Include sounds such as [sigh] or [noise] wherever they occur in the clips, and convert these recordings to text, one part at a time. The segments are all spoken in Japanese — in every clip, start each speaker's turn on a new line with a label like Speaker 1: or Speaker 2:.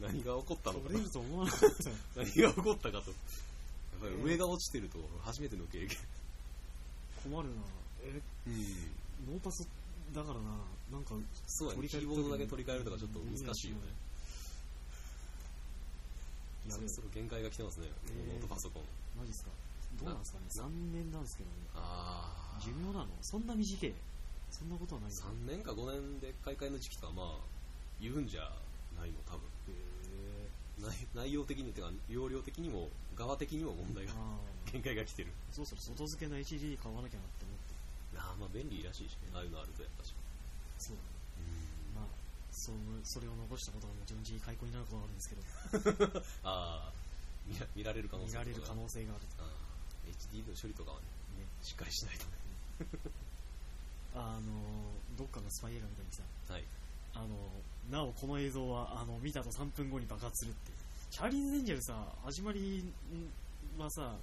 Speaker 1: 何が起こったのか
Speaker 2: 取れると思わなかったよ
Speaker 1: 何が起こったかとやっぱり
Speaker 2: えー
Speaker 1: 上が落ちてると初めての経験
Speaker 2: 困るなえ
Speaker 1: うん
Speaker 2: ノーパスだからななんか
Speaker 1: そうやね
Speaker 2: 取り
Speaker 1: キ
Speaker 2: 替え
Speaker 1: ー
Speaker 2: る
Speaker 1: ボードだけ取り替えるとかちょっと難しいよね
Speaker 2: や
Speaker 1: そ
Speaker 2: べ
Speaker 1: ろ
Speaker 2: え
Speaker 1: そろ限界が来てますね
Speaker 2: えー
Speaker 1: ノートパソコン
Speaker 2: マジっすかどうなんですかね
Speaker 1: な
Speaker 2: 3年なんですけどね
Speaker 1: ああ
Speaker 2: 寿命なのそんな短いそんなことはないの
Speaker 1: 3
Speaker 2: へ
Speaker 1: 年か5年で買い替えの時期とはまあ言うんじゃないの多分
Speaker 2: え
Speaker 1: 内内容的にてか容量的にも側的にも問題が
Speaker 2: ああ
Speaker 1: 限界が来てる
Speaker 2: そろそろ外付けの HD 買わなきゃなって思って
Speaker 1: ああまあ便利らしいしねああいうのあるとやっぱし
Speaker 2: そうだねまあそのそれを残したことが後々開口になることはあるんですけど
Speaker 1: ああ見ら見られる可能
Speaker 2: 見
Speaker 1: 性と
Speaker 2: ら
Speaker 1: か
Speaker 2: れる可能性がある
Speaker 1: ああ HD の処理とかはね
Speaker 2: ね
Speaker 1: しっかりしないとね
Speaker 2: あのどっかのスパイ映画みたいにさ
Speaker 1: はい
Speaker 2: あのなおこの映像はあの見た後3分後に爆発するっていうチャーリーズ・エンジェルさ始まりはさ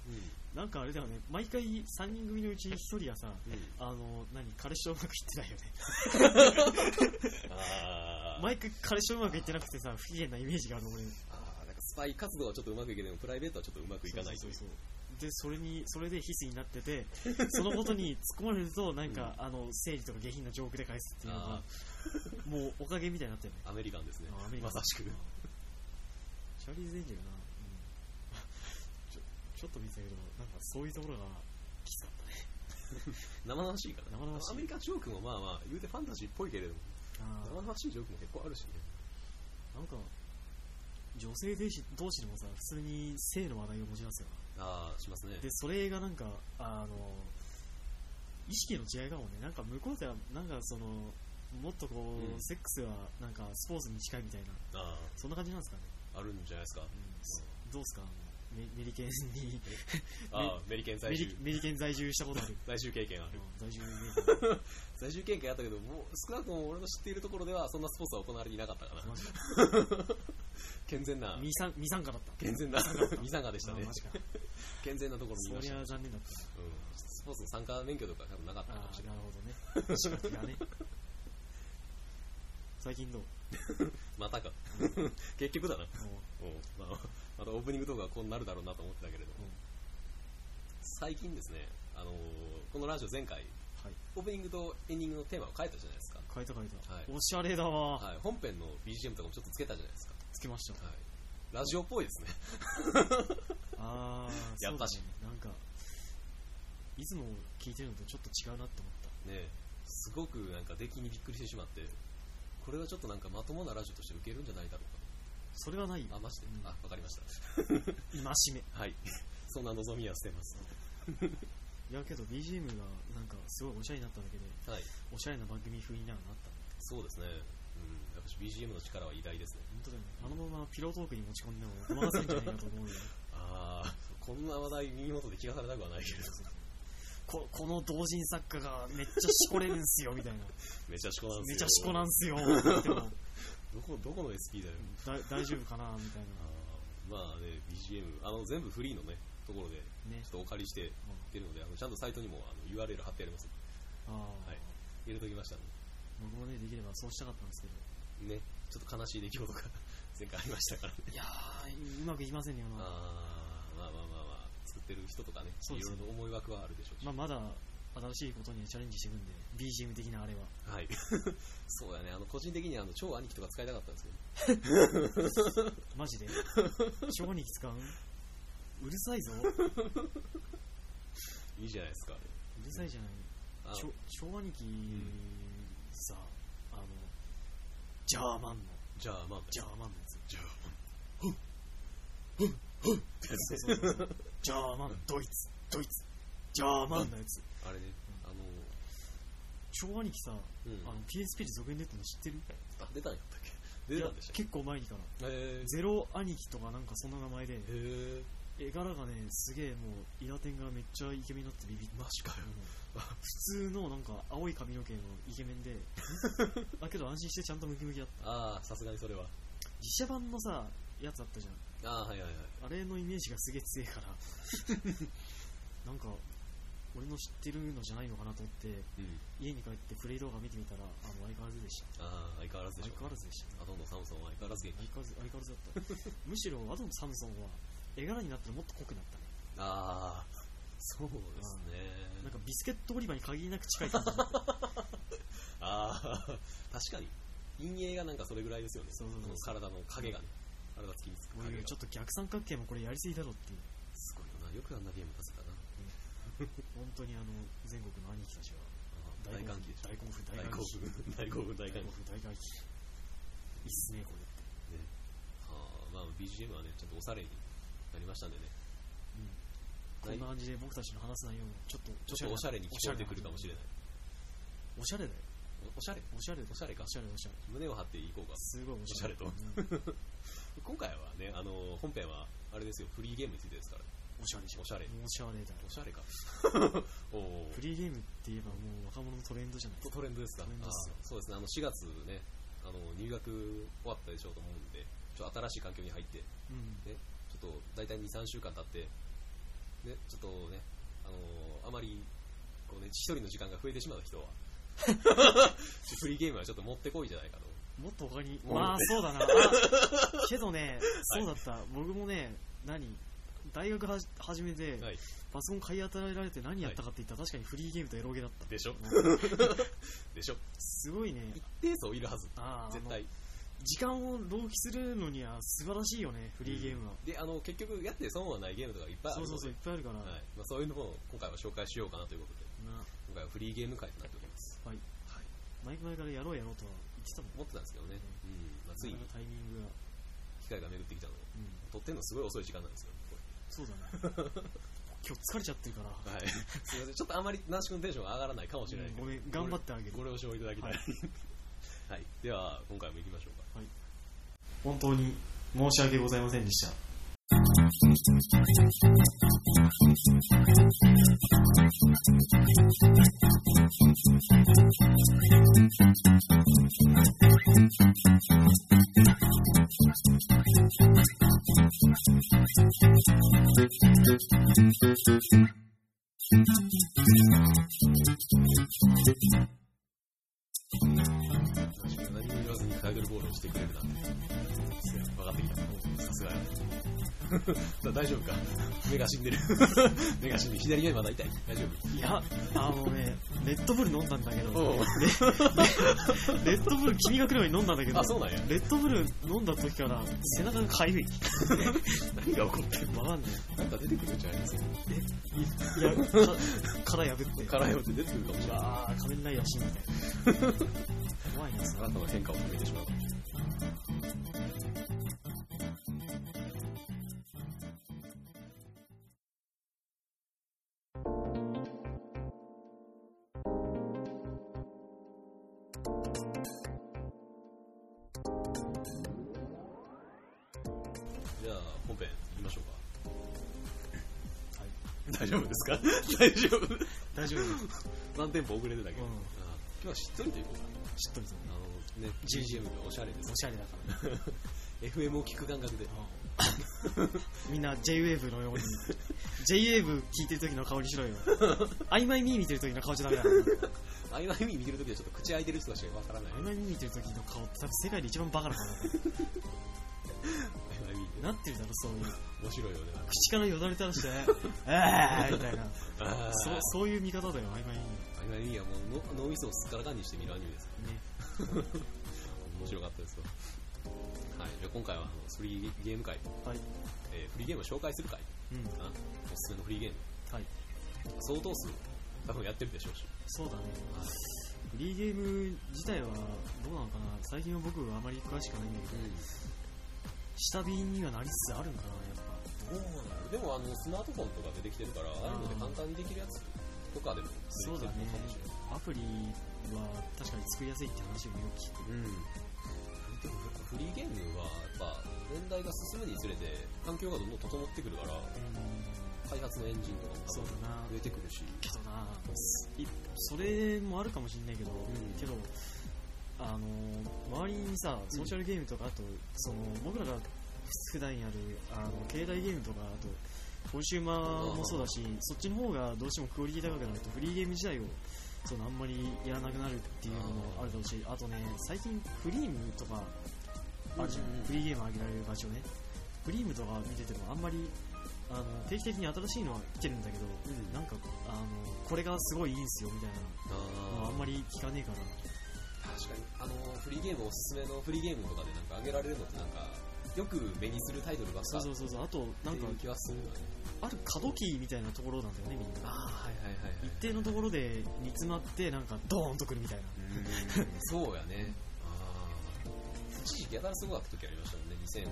Speaker 1: う
Speaker 2: なんかあれだよね毎回3人組のうち1人はさ
Speaker 1: んうん
Speaker 2: あの何彼氏とうまくいってないよね [laughs]
Speaker 1: ああ
Speaker 2: 毎回彼氏とうまくいってなくてさ不機嫌なイメージがある俺
Speaker 1: ああなんかスパイ活動はちょっとうまくいけないプライベートはちょっとうまくいかないと
Speaker 2: そ
Speaker 1: いうう
Speaker 2: そうそうでそれにそれでヒスになっててそのことに突っ込まれるとなんか、あの生理とか下品なジョークで返すっていうのが
Speaker 1: あ
Speaker 2: もうおかげみたいになってるね
Speaker 1: あアメリカンですね
Speaker 2: あアメリカ
Speaker 1: まさしく
Speaker 2: チャーリーズ・エンジェルな、うんちょちょっと見てたけどなんかそういうところがきつかったね
Speaker 1: 生々しいからね
Speaker 2: 生々しい
Speaker 1: アメリカンジョークもまあまあ言うてファンタジーっぽいけれども
Speaker 2: あ
Speaker 1: 生々しいジョークも結構あるしね
Speaker 2: ーなんか女性同士同士でもさ普通に性の話題を持ち出すよ
Speaker 1: ああしますね
Speaker 2: なでそれがなんかあの意識の違いかもねなんか向こうではなんかそのもっとこう、
Speaker 1: うん
Speaker 2: セックスはなんかスポーツに近いみたいな
Speaker 1: あ
Speaker 2: そんな感じなんですかね、
Speaker 1: ああるんじゃないですか
Speaker 2: どうですかあのメメリケンに
Speaker 1: ああメリケン
Speaker 2: メ
Speaker 1: 在
Speaker 2: リ
Speaker 1: 住
Speaker 2: メリケン在住したこと [laughs] ある
Speaker 1: 在住経験ある
Speaker 2: 在住
Speaker 1: 在住経験あったけどもう少なくとも俺の知っているところではそんなスポーツは行われていなかったかな健全な
Speaker 2: 未参未参加だった
Speaker 1: 健全なミサンガでしたね
Speaker 2: あマジか
Speaker 1: 健全なところにい
Speaker 2: そ
Speaker 1: まし
Speaker 2: り
Speaker 1: た、うん
Speaker 2: ゃ残念だったな
Speaker 1: スポーツの参加免許とか多分なかったか
Speaker 2: あ
Speaker 1: もし
Speaker 2: あ
Speaker 1: れない
Speaker 2: なる
Speaker 1: [laughs]
Speaker 2: ほどね仕事がね最近どう
Speaker 1: [laughs] またか
Speaker 2: うん
Speaker 1: 結局だな
Speaker 2: もう
Speaker 1: うんまあ、またオープニングとかはこうなるだろうなと思ってたけれども、
Speaker 2: うん
Speaker 1: 最近ですね、あのーこのラジオ前回
Speaker 2: はい
Speaker 1: オープニングとエンディングのテーマを変えたじゃないですか、
Speaker 2: 変えた変えた、
Speaker 1: はい
Speaker 2: おしゃれだわ、
Speaker 1: はい、本編の BGM とかもちょっとつけたじゃないですか、
Speaker 2: つけました
Speaker 1: はい、ラジオっぽいですね [laughs]
Speaker 2: ああ
Speaker 1: やっぱし
Speaker 2: そうだねなんかいつも聞いてるのとちょっと違うなって思った
Speaker 1: ねえすごくなんか出来にびっくりしてしまってこれはちょっとなんかまともなラジオとして受けるんじゃないだろう
Speaker 2: それはない
Speaker 1: かあマジで、
Speaker 2: うん
Speaker 1: あわかりました [laughs]
Speaker 2: 今め
Speaker 1: はいそんな望みは捨てます
Speaker 2: いやけど BGM がなんかすごいおしゃれになっただけで
Speaker 1: はい
Speaker 2: おしゃれな番組風になるなった
Speaker 1: そうですね、うん、やっぱし BGM の力は偉大ですね
Speaker 2: 本当だよねあのままピロートークに持ち込んでもごまかせんじゃないかと思うよ
Speaker 1: ああこんな話題耳元で聞かされたくはないけれど
Speaker 2: ここの同人作家がめっちゃしこれるんすよみたい
Speaker 1: [laughs]
Speaker 2: な
Speaker 1: めちゃしこなんすよ
Speaker 2: めちゃしこなんすよでも
Speaker 1: どこどこの SP だよ、
Speaker 2: だ大丈夫かなみたい
Speaker 1: あーまあね BGM あの全部フリーのねところでち
Speaker 2: なね
Speaker 1: ょっとお借りして
Speaker 2: うん
Speaker 1: 出るのであのちゃんとサイトにもあの URL 貼ってあります
Speaker 2: ああ、
Speaker 1: はい入れときました
Speaker 2: 僕もねできればそうしたかったんですけど
Speaker 1: のでねちょっと悲しい出来事が [laughs] 前回ありましたからね
Speaker 2: いやーうまくいきませんね今のは
Speaker 1: あーまあまあまあまあ作ってる人とかね
Speaker 2: そう
Speaker 1: い
Speaker 2: です
Speaker 1: ろ
Speaker 2: ね
Speaker 1: いろ思い枠はあるでしょうし、
Speaker 2: まあ、まだ新しいことにはチャレンジしていくんで BGM 的なあれは
Speaker 1: はい [laughs] そうやねあの個人的にあの超兄貴とか使いたかったんですけど [laughs]
Speaker 2: マジで小に使うんうるさいぞ
Speaker 1: いいじゃないですか
Speaker 2: うるさいじゃない
Speaker 1: あの
Speaker 2: しょ昭和日記さ、あのジャーマンの
Speaker 1: じゃあまあ
Speaker 2: ジャーマンのやつ
Speaker 1: じゃあ
Speaker 2: そうそうそうジャーマンドイツドイツジャーマンのやつ
Speaker 1: あれねあの
Speaker 2: 昭和日記さ、
Speaker 1: うん
Speaker 2: あの PSP で続編出てるの知ってる
Speaker 1: あ出たんやったっけ出たんでしたっ
Speaker 2: いや結構前にから
Speaker 1: けへ
Speaker 2: ゼロ兄貴とかなんかそんな名前で
Speaker 1: えへえ
Speaker 2: 絵柄がねすげえもうイラテンがめっちゃイケメンになってビビ
Speaker 1: [laughs]
Speaker 2: った
Speaker 1: マジかよ
Speaker 2: あの普通のなんか青い髪の毛のイケメン
Speaker 1: [laughs]
Speaker 2: でだけど安心してちゃんとムキムキだった
Speaker 1: ああさすがにそれは
Speaker 2: 実写版のさやつあったじゃん
Speaker 1: ああはいはいはい [laughs]
Speaker 2: あれのイメージがすげえ強いからなんか俺の知ってるのじゃないのかなと思って、
Speaker 1: うん。
Speaker 2: 家に帰ってプレイ動画見てみたら、あの、相変わらずでした。
Speaker 1: ああ、相変わらずでしょ。
Speaker 2: 相変わらずでした。
Speaker 1: アドンのサムソンは相変わらず元気。
Speaker 2: 相変わらず、相変わらずだった。むしろ、アドンとサムソンは、絵柄になったらもっと濃くなったね。
Speaker 1: ああ、そうです
Speaker 2: なん
Speaker 1: ね。
Speaker 2: かビスケット売り場に限りなく近い感じになって。
Speaker 1: ああ、確かに。陰影がなんかそれぐらいですよね。
Speaker 2: そうそうそう
Speaker 1: あの体の影がね。体つきにつく
Speaker 2: おい
Speaker 1: 影
Speaker 2: お
Speaker 1: が
Speaker 2: い。ちょっと逆三角形もこれやりすぎだろっていう。
Speaker 1: すごいよな。よくあんなゲーム出せたな。
Speaker 2: 本当にあの、全国の兄貴たちが
Speaker 1: あー
Speaker 2: 大
Speaker 1: 大歓
Speaker 2: 興奮
Speaker 1: 喜でしょ。
Speaker 2: 大興奮、
Speaker 1: 大
Speaker 2: 大歓
Speaker 1: 興
Speaker 2: 喜。
Speaker 1: 奮。大興奮、大
Speaker 2: 大
Speaker 1: 歓
Speaker 2: 興
Speaker 1: 喜。
Speaker 2: 奮、大歓喜。いいっすね、これって。
Speaker 1: ね、はあまあ BGM はねちょっとおされになりましたんでね
Speaker 2: こんな感じで僕たちの話す内容もちょっと
Speaker 1: ちょっとおしゃれに聞こえてくるかもしれない
Speaker 2: いおしゃれだよ
Speaker 1: おおしゃれ
Speaker 2: おしゃれだよ
Speaker 1: おしゃれか
Speaker 2: おしゃれおしゃれ
Speaker 1: 胸を張っていこうか
Speaker 2: すごいおしゃれ
Speaker 1: おしゃれと
Speaker 2: うん
Speaker 1: 今回はねあの本編はあれですよフリーゲームについてですから
Speaker 2: おしゃれじゃん
Speaker 1: おしゃれ
Speaker 2: おしゃれだよ
Speaker 1: おしゃれ
Speaker 2: [laughs]
Speaker 1: かおお
Speaker 2: フリーゲームって言えばもう若者のトレンドじゃないですか
Speaker 1: トレンドですか
Speaker 2: トレンドっすよ
Speaker 1: あーそうですねあの4月ねあの入学終わったでしょうと思うんでちょっと新しい環境に入ってち
Speaker 2: うん
Speaker 1: ょっと大体23週間経ってねちょっとねあのあまりこうね一人の時間が増えてしまう人
Speaker 2: [laughs]
Speaker 1: はフリーゲームはちょっと持ってこいじゃないかと
Speaker 2: もっと他に
Speaker 1: もう
Speaker 2: まあそう
Speaker 1: [laughs]
Speaker 2: だなあけどねそうだった僕もね何大学はじ始めて
Speaker 1: はい
Speaker 2: パソコン買い与えられて何やったかって言ったら確かにフリーゲームとエロゲだった
Speaker 1: でしょ
Speaker 2: うん
Speaker 1: でしょ
Speaker 2: すご
Speaker 1: [laughs]
Speaker 2: いね
Speaker 1: 一定数いるはず
Speaker 2: ああ
Speaker 1: 絶対
Speaker 2: 時間を浪費するのには素晴らしいよねフリーゲームは、
Speaker 1: であの結局やって損はないゲームとかいっぱいある
Speaker 2: そ
Speaker 1: の
Speaker 2: う
Speaker 1: で
Speaker 2: そうそういっぱいあるから、
Speaker 1: はいまあ、そういうのを今回は紹介しようかなということで
Speaker 2: な
Speaker 1: 今回はフリーゲーム会となっております
Speaker 2: はい
Speaker 1: はい
Speaker 2: 前々からやろうやろうとは言ってたもん
Speaker 1: 思ってたんですけどね、うんまあ、つい
Speaker 2: な
Speaker 1: に
Speaker 2: かなかタイミングが、
Speaker 1: 機会が巡ってきたので
Speaker 2: うん、
Speaker 1: 撮ってんのすごい遅い時間なんですよこれ
Speaker 2: そうだね
Speaker 1: [laughs]
Speaker 2: 今日疲れちゃってるから、
Speaker 1: はい [laughs] すいませんちょっとあまり那須君テンションが上がらないかもしれないけど
Speaker 2: ごめん頑張ってあげる
Speaker 1: ご了承いただきたい、は
Speaker 2: は
Speaker 1: いいでは今回も行きましょうか
Speaker 2: 本当に申し訳ございませんでした
Speaker 1: 何も言わずにタイトルボールをしてくれるなんて分かってきたさすがや [laughs] だ大丈夫か目が死んでる [laughs] 目が死んでる左目まだ痛い大丈
Speaker 2: いやあのねレッドブル飲んだんだけ
Speaker 1: 夫
Speaker 2: どレッドブル君が来るように飲んだんだけど
Speaker 1: あそうなんや
Speaker 2: レッドブル飲んだ時から背中がかゆい
Speaker 1: 何が起こってる
Speaker 2: わかんない
Speaker 1: なんか出てくるんじゃないですか
Speaker 2: い [laughs] やか殻破って
Speaker 1: カラヨって出てくるかもしれない
Speaker 2: ああ仮面ライダー死んだね怖いなそ
Speaker 1: あなたの変化を止めてしまうじゃあ本編いきましょ
Speaker 2: はい
Speaker 1: [laughs]
Speaker 2: う
Speaker 1: か大丈夫ですか [laughs] 大丈夫
Speaker 2: 大丈夫です
Speaker 1: 何テンポ遅れてたけど、
Speaker 2: う
Speaker 1: あ
Speaker 2: ん
Speaker 1: 今日はしっとりということだ
Speaker 2: 知っとるぞ
Speaker 1: あのね GGM でおしゃれです
Speaker 2: おしゃれだから [laughs]
Speaker 1: FM を聞く感覚で
Speaker 2: みんな JWAVE のように JWAVE 聞いてる時の顔にしろよ曖昧ミー見てる時の顔じゃダメだから
Speaker 1: ああいう意味見てるときはちょっと口開いてる人しかわからない
Speaker 2: 曖昧ミー見てる時の顔って多分世界で一番バカな顔だ
Speaker 1: あ
Speaker 2: か
Speaker 1: あいう意味
Speaker 2: らなってるだろそういう
Speaker 1: 面白いよね
Speaker 2: 口からよだれ垂ら [laughs] してああみたいな
Speaker 1: ああ
Speaker 2: そ
Speaker 1: そう
Speaker 2: そういう見方だよ曖昧ミ
Speaker 1: ああいう意味はもうの脳みそをすっからかんにして見るアニメです
Speaker 2: ーね
Speaker 1: 面白かったですわはいじゃあ今回はあのフリーゲーム会、
Speaker 2: はい
Speaker 1: えーフリーゲームを紹介する会
Speaker 2: うん
Speaker 1: かなおすすめのフリーゲーム
Speaker 2: はい
Speaker 1: 相当数多分やってるでしょうし
Speaker 2: そうだね
Speaker 1: はい
Speaker 2: フリーゲーム自体はどうなのかな最近は僕はあまり詳しくないんだけど下火にはなりつつあるんかなやっぱ
Speaker 1: どうなのでもあのスマートフォンとか出てきてるからああいうので簡単にできるやつとかでも
Speaker 2: そうだね
Speaker 1: できるのかもしれない
Speaker 2: アプリは確かに作りやすいって話をよく聞く
Speaker 1: うん、でもやっぱフリーゲームはやっぱ年代が進むにつれて環境がどんどん整ってくるから開発のエンジンとかも
Speaker 2: そうだな
Speaker 1: 増えてくるし
Speaker 2: けどないそれもあるかもしんないけど、
Speaker 1: ん
Speaker 2: けどあの周りにさソーシャルゲームとかあと、その僕らが普段やるあの携帯ゲームとかあとコンシューマーもそうだし、そっちの方がどうしてもクオリティ高くなると、フリーゲーム自体をそのあんまりやらなくなるっていうのもあるだろうし、あとね、最近、フリームとかあるじゃん
Speaker 1: うんうん
Speaker 2: フリーゲームあげられる場所ね、フリームとか見てても、あんまりあの定期的に新しいのは来てるんだけど、
Speaker 1: うん
Speaker 2: なんかあの、これがすごいいいんすよみたいなのは
Speaker 1: あ
Speaker 2: あんまり聞かねえから、
Speaker 1: ー確かにあのフリーゲームおすすめのフリーゲームとかでなんか上げられるのってなんかよく目にするタイトルばっ
Speaker 2: そ
Speaker 1: か
Speaker 2: うそうそうそう、あと、なんか
Speaker 1: っていう気はするよね
Speaker 2: ある過渡期みたいなところなんだよね、みんな。
Speaker 1: あはいはいはいはい
Speaker 2: 一定のところで煮詰まってなんかドーンとくるみたいな
Speaker 1: うーんそうやねあー一時期やたらすごかった時ありましたもんね2005、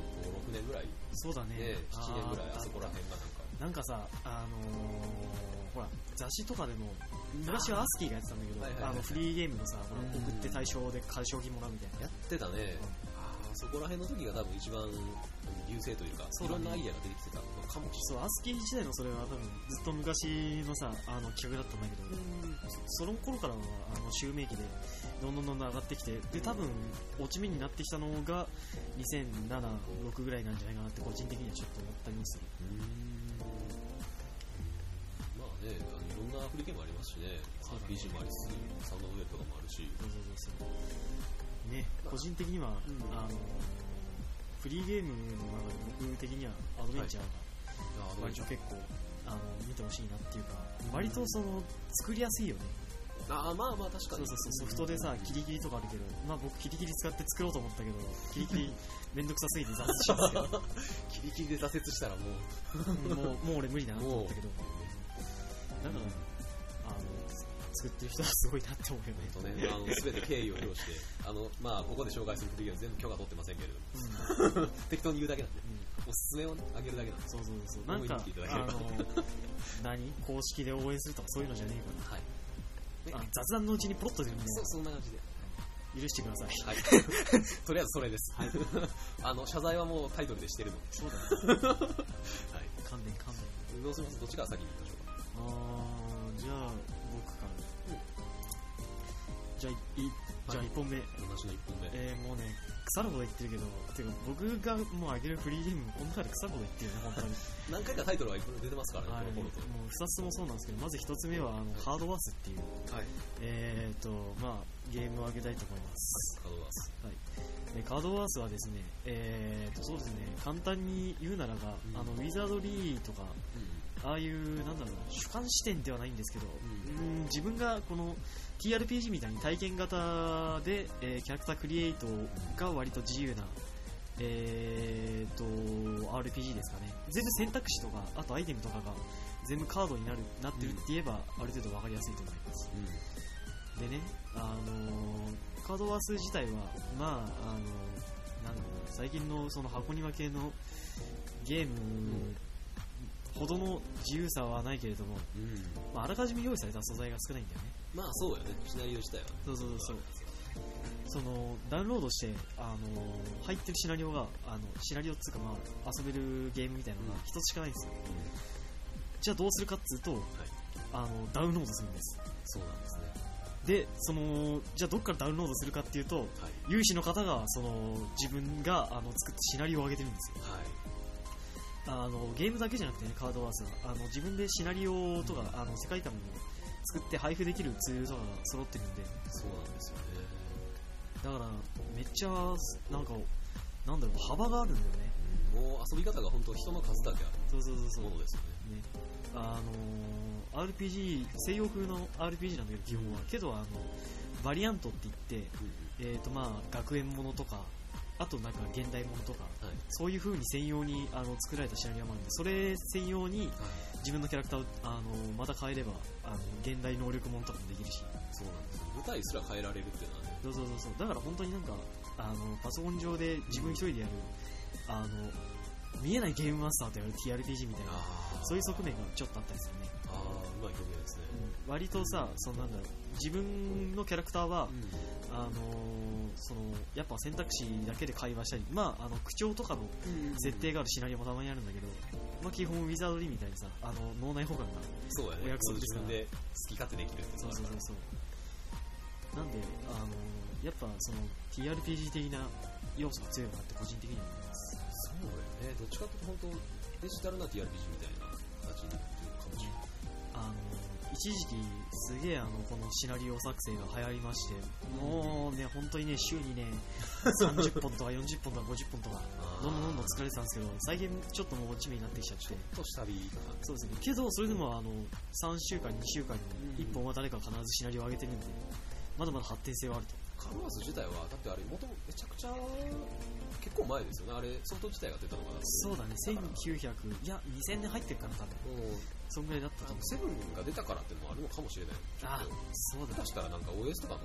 Speaker 1: 6年ぐらい、ね、
Speaker 2: そうだね
Speaker 1: 7年ぐらい
Speaker 2: ー
Speaker 1: あそこら辺がなんか
Speaker 2: なんかさあのー、ほら雑誌とかでも昔はアスキーがやってたんだけど、
Speaker 1: はいはいはい
Speaker 2: あのフリーゲームのさほら
Speaker 1: うん
Speaker 2: 送って対象で解消金もらうみたいな
Speaker 1: やってたね、あーそこら辺の時が多分一番優勢というか
Speaker 2: そう
Speaker 1: い
Speaker 2: だ
Speaker 1: ろんなア
Speaker 2: ね
Speaker 1: イデアが出てきてたのかもし
Speaker 2: そうアスキー時代のそれは多分ずっと昔のさあの企画だったんだけど、
Speaker 1: れない
Speaker 2: その頃からはあの襲名期でどんどんどんどん上がってきてで多分落ち目になってきたのが2007-6ぐらいなんじゃないかなって個人的にはちょっと思ったりもする
Speaker 1: うーんまあねあのいろんなアプリケームありますしね
Speaker 2: そうだね
Speaker 1: RPG もありつつサウンドウェブとかもあるし
Speaker 2: そうそうそうそうね個人的には、
Speaker 1: うん
Speaker 2: あのフリーゲームの中で僕的にはアドベンチャーが割と結構、あの見てほしいなっていうか割とその作りやすいよね
Speaker 1: ああまあまあ確
Speaker 2: そ
Speaker 1: か
Speaker 2: う
Speaker 1: に
Speaker 2: そうそうソフトでさキリキリとかあるけどまあ僕キリキリ使って作ろうと思ったけどキリキリめんどくさすぎて挫折したんで
Speaker 1: [laughs] キリキリで挫折したらもう
Speaker 2: す [laughs] けどもうもう俺無理だなと思ったけどだからあの作ってる人はすごいなって思うよね
Speaker 1: えっとね、あの全て敬意を表して、あのまあ、ここで紹介するフリーゲーム全部許可取ってませんけれども、
Speaker 2: うん
Speaker 1: 適当に言うだけなんで、
Speaker 2: うん
Speaker 1: おすすめをね、あげるだけなんです。
Speaker 2: そうそうそう。なん
Speaker 1: 思
Speaker 2: か
Speaker 1: い切ってい、た
Speaker 2: あ
Speaker 1: だければ
Speaker 2: の、何公式で応援するとかそういうのじゃね
Speaker 1: はい。
Speaker 2: え
Speaker 1: ね
Speaker 2: かな。あ雑談のうちにポロッと出るんで、
Speaker 1: そう、そんな感じで。
Speaker 2: 許してください。 [laughs]
Speaker 1: はい。とりあえずそれです。はい。あの、謝罪はもうタイトルでしてるので。
Speaker 2: そうだね。
Speaker 1: はい。
Speaker 2: 勘弁勘弁。
Speaker 1: どうしますどっちから先に言いましょうか。
Speaker 2: あー、じゃあ、僕から。じゃあ、い、じゃあ
Speaker 1: はい
Speaker 2: 1本目。
Speaker 1: 話の一本目。
Speaker 2: えー、もうね、腐るほど言ってるけど、てか僕がもうあげるフリーゲーム、この中で腐るほど言ってるね、本当に。
Speaker 1: 何回かタイトルはいろいろ出てますからね、
Speaker 2: [laughs] はい。
Speaker 1: こ
Speaker 2: も
Speaker 1: の頃と。
Speaker 2: う2つもそうなんですけど、まず1つ目は、あの、ハードワースっていう、
Speaker 1: はい。
Speaker 2: えーと、まあ、ゲームをあげたいと思います。
Speaker 1: カードワース。
Speaker 2: はい、でカードワースはですね、えー、とそうですね簡単に言うならば、
Speaker 1: うん
Speaker 2: あのウィザードリーとかああいうなんだろう主観視点ではないんですけど、
Speaker 1: う
Speaker 2: うん自分がこの TRPG みたいに体験型で、えーキャラクタークリエイトが割と自由な、えー、と RPG ですかね全部選択肢とかあとアイテムとかが全部カードになるなってるって言えば、ある程度分かりやすいと思います
Speaker 1: うん。
Speaker 2: でね、あのーカードワース自体は、まあ、あのーなんだろうな最近のその箱庭系のゲームほどの自由さはないけれども、
Speaker 1: うん。うん。
Speaker 2: まああらかじめ用意された素材が少ないんだよね。
Speaker 1: まあ、そうやね。シナリオ自体はね。
Speaker 2: そうそうそうそう。そのダウンロードして、あのー入ってるシナリオが、あのシナリオっつうか、まあ、遊べるゲームみたいなのが
Speaker 1: うん
Speaker 2: 一つしかないんですよ。じゃあどうするかっつうと、あのダウンロードするんです。
Speaker 1: そうなんですね。
Speaker 2: で、その、じゃあどっからダウンロードするかっていうと、
Speaker 1: はい。
Speaker 2: 有志の方がその自分があの作ったシナリオを上げてるんですよ
Speaker 1: はい。
Speaker 2: あのゲームだけじゃなくてねカードワースはあの自分でシナリオとか、あの世界観を作って配布できるツールとかが揃ってるんで
Speaker 1: そうなんですよね。
Speaker 2: だからめっちゃなんかなんだろう幅があるんだよね
Speaker 1: もう遊び方が本当人の数だけある
Speaker 2: そうそうそうそう
Speaker 1: ものですよね。
Speaker 2: ねあの RPG 西洋風の RPG なんだけど基本はけどあのバリアントって言ってえーとまあ学園ものとかあとなんか現代ものとか
Speaker 1: はい。
Speaker 2: そういう風に専用にあの作られたシナリオもあるんで、それ専用に
Speaker 1: はい。
Speaker 2: 自分のキャラクターをあのまた変えればあの、現代能力ものとかもできるし、
Speaker 1: そうなんですよ。舞台すら変えられるっていうのはね。
Speaker 2: そうそうそうそう、だから本当になんか、あのパソコン上で自分一人でやる、あの見えないゲームマスターとやる TRPG みたいな、
Speaker 1: あ
Speaker 2: そういう側面がちょっとあったりするね。
Speaker 1: ああ、うまい表現ですね。
Speaker 2: 割とさ、そのなんだろう自分のキャラクターは、あのそのやっぱ選択肢だけで会話したり、まあ、あの口調とかの設定があるシナリオもたまにあるんだけど、まあ、基本ウィザードリーみたいにさあの脳内保管が
Speaker 1: そうやね。
Speaker 2: お約束です
Speaker 1: 自
Speaker 2: から
Speaker 1: 分で好き勝手できるってい
Speaker 2: そう
Speaker 1: のが
Speaker 2: そうそうそうなんであのやっぱその TRPG 的な要素が強いかなって個人的には思います
Speaker 1: そうやね。どっちかっていうと本当デジタルな TRPG みたいな形になっているかもしれない。
Speaker 2: あの一時期すげえあのこのシナリオ作成が流行りましてもうね本当にね週 [laughs] にね30本とか40本とか50本とかどんどんどんどん疲れてたんですけど最近ちょっともう落ち目になってきちゃって
Speaker 1: ちょっとしたりとか、
Speaker 2: そうですねけどそれでもあの3週間2週間に
Speaker 1: うん
Speaker 2: 1本は誰か必ずシナリオを上げてるんでまだまだ発展性はあると
Speaker 1: カルマス自体は、だってあれ、元々めちゃくちゃ、結構前ですよね。あれ、ソフト自体が出たのかな。
Speaker 2: そうだね1900いや2000年入ってるかな多分
Speaker 1: うん
Speaker 2: そんぐらいだったと思う
Speaker 1: セブンが出たからってのもあるのかもしれない。ちょっ
Speaker 2: あ
Speaker 1: と
Speaker 2: そうだ
Speaker 1: 下手したらなんか OS とかも、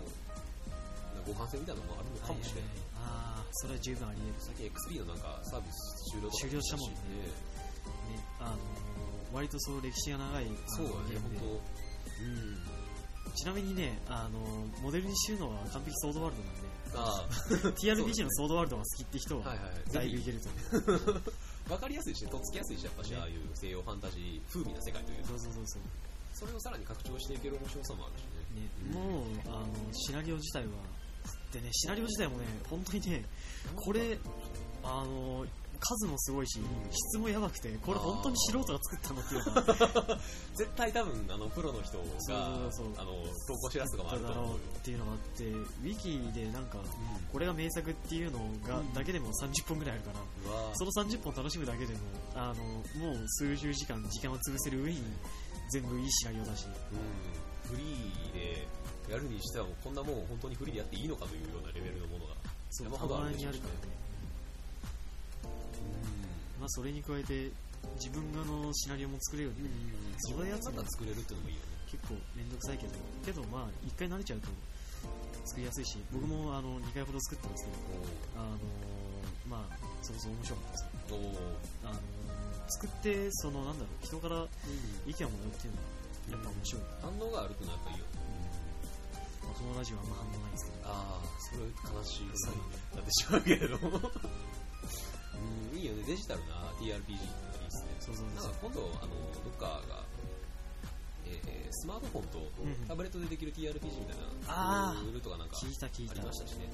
Speaker 1: なんか互換性みたいなのもあるのかもしれない。
Speaker 2: ああそれは十分あり得る
Speaker 1: 最近 X3 のなんかサービス終了とか
Speaker 2: 終了したもんね
Speaker 1: ね
Speaker 2: ね、あのー割とその歴史が長いあ
Speaker 1: そう
Speaker 2: の
Speaker 1: だ
Speaker 2: ゲ
Speaker 1: ね、本
Speaker 2: ームで
Speaker 1: 当。うん。
Speaker 2: ちなみにね、あのーモデルにしてるのは完璧ソードワール
Speaker 1: [laughs]
Speaker 2: ド
Speaker 1: あ
Speaker 2: なんで TRPG のソードワールドが好きって人
Speaker 1: あ、は
Speaker 2: はい
Speaker 1: はいはい。
Speaker 2: だい
Speaker 1: ぜ
Speaker 2: ぶいけると思う、
Speaker 1: ひわかりやすいし、とっつきやすいし、やっぱし、
Speaker 2: ね
Speaker 1: ああいう西洋ファンタジー風味な世界というか、
Speaker 2: そうそうそうそう、
Speaker 1: それをさらに拡張していける面白さもあるしね。
Speaker 2: ね
Speaker 1: うん
Speaker 2: もうあのシナリオ自体はでねシナリオ自体もね本当にねこれあのー数もすごいし、質もやばくて、これ本当に素人が作ったのっていうのが
Speaker 1: 絶対多分、あの、プロの人が、
Speaker 2: そうそうそ
Speaker 1: あ
Speaker 2: う
Speaker 1: の、 [laughs] 投稿しらすとかもあると
Speaker 2: だろ
Speaker 1: 思
Speaker 2: う
Speaker 1: う
Speaker 2: っ
Speaker 1: よ。
Speaker 2: ていうのがあって、ウィキでなんか、これが名作っていうのが、だけでも30分ぐらいあるから、
Speaker 1: うん。うわ
Speaker 2: その30本楽しむだけでも、あの、もう数十時間時間を潰せる上に、全部いいシナリオだし、
Speaker 1: うん。フリーでやるにしては、もうこんなもん本当にフリーでやっていいのかというようなレベルのものが。
Speaker 2: そう、
Speaker 1: 山
Speaker 2: た
Speaker 1: ほどあ
Speaker 2: ま
Speaker 1: るで
Speaker 2: に
Speaker 1: しょ
Speaker 2: あ
Speaker 1: う
Speaker 2: る
Speaker 1: ね
Speaker 2: からね。まあ、それに加えて、自分があのシナリオも作れるように、
Speaker 1: 自分のやつが作れるっていうのもいいよね。
Speaker 2: 結構めんどくさいけど、けどまあ、一回慣れちゃうと、作りやすいし、僕もあの、2回ほど作ったんですけど、あのまあ、そもそも面白かったですよ。
Speaker 1: おーおー
Speaker 2: あの作って、その、なんだろう、人から意見をもらうっていうのは、やっぱ面白い。
Speaker 1: 反応があるっていうのはやっぱいいよね。
Speaker 2: まあこのラジオはあんま反応ないんですけど、
Speaker 1: ああ、それ悲しいこと
Speaker 2: 最
Speaker 1: に
Speaker 2: 後ね
Speaker 1: なってしまうけれども。うん、いいよね。デジタルな TRPG っていいですね。
Speaker 2: そうそう
Speaker 1: なん
Speaker 2: そう
Speaker 1: か。今度、あの、どっかが、えースマートフォンと
Speaker 2: んうん
Speaker 1: タブレットでできる TRPG みたい
Speaker 2: あ
Speaker 1: な
Speaker 2: ー、
Speaker 1: ルールとかなんか
Speaker 2: 聞いた聞い
Speaker 1: あ
Speaker 2: た。
Speaker 1: り
Speaker 2: ね
Speaker 1: ましたしね。ね、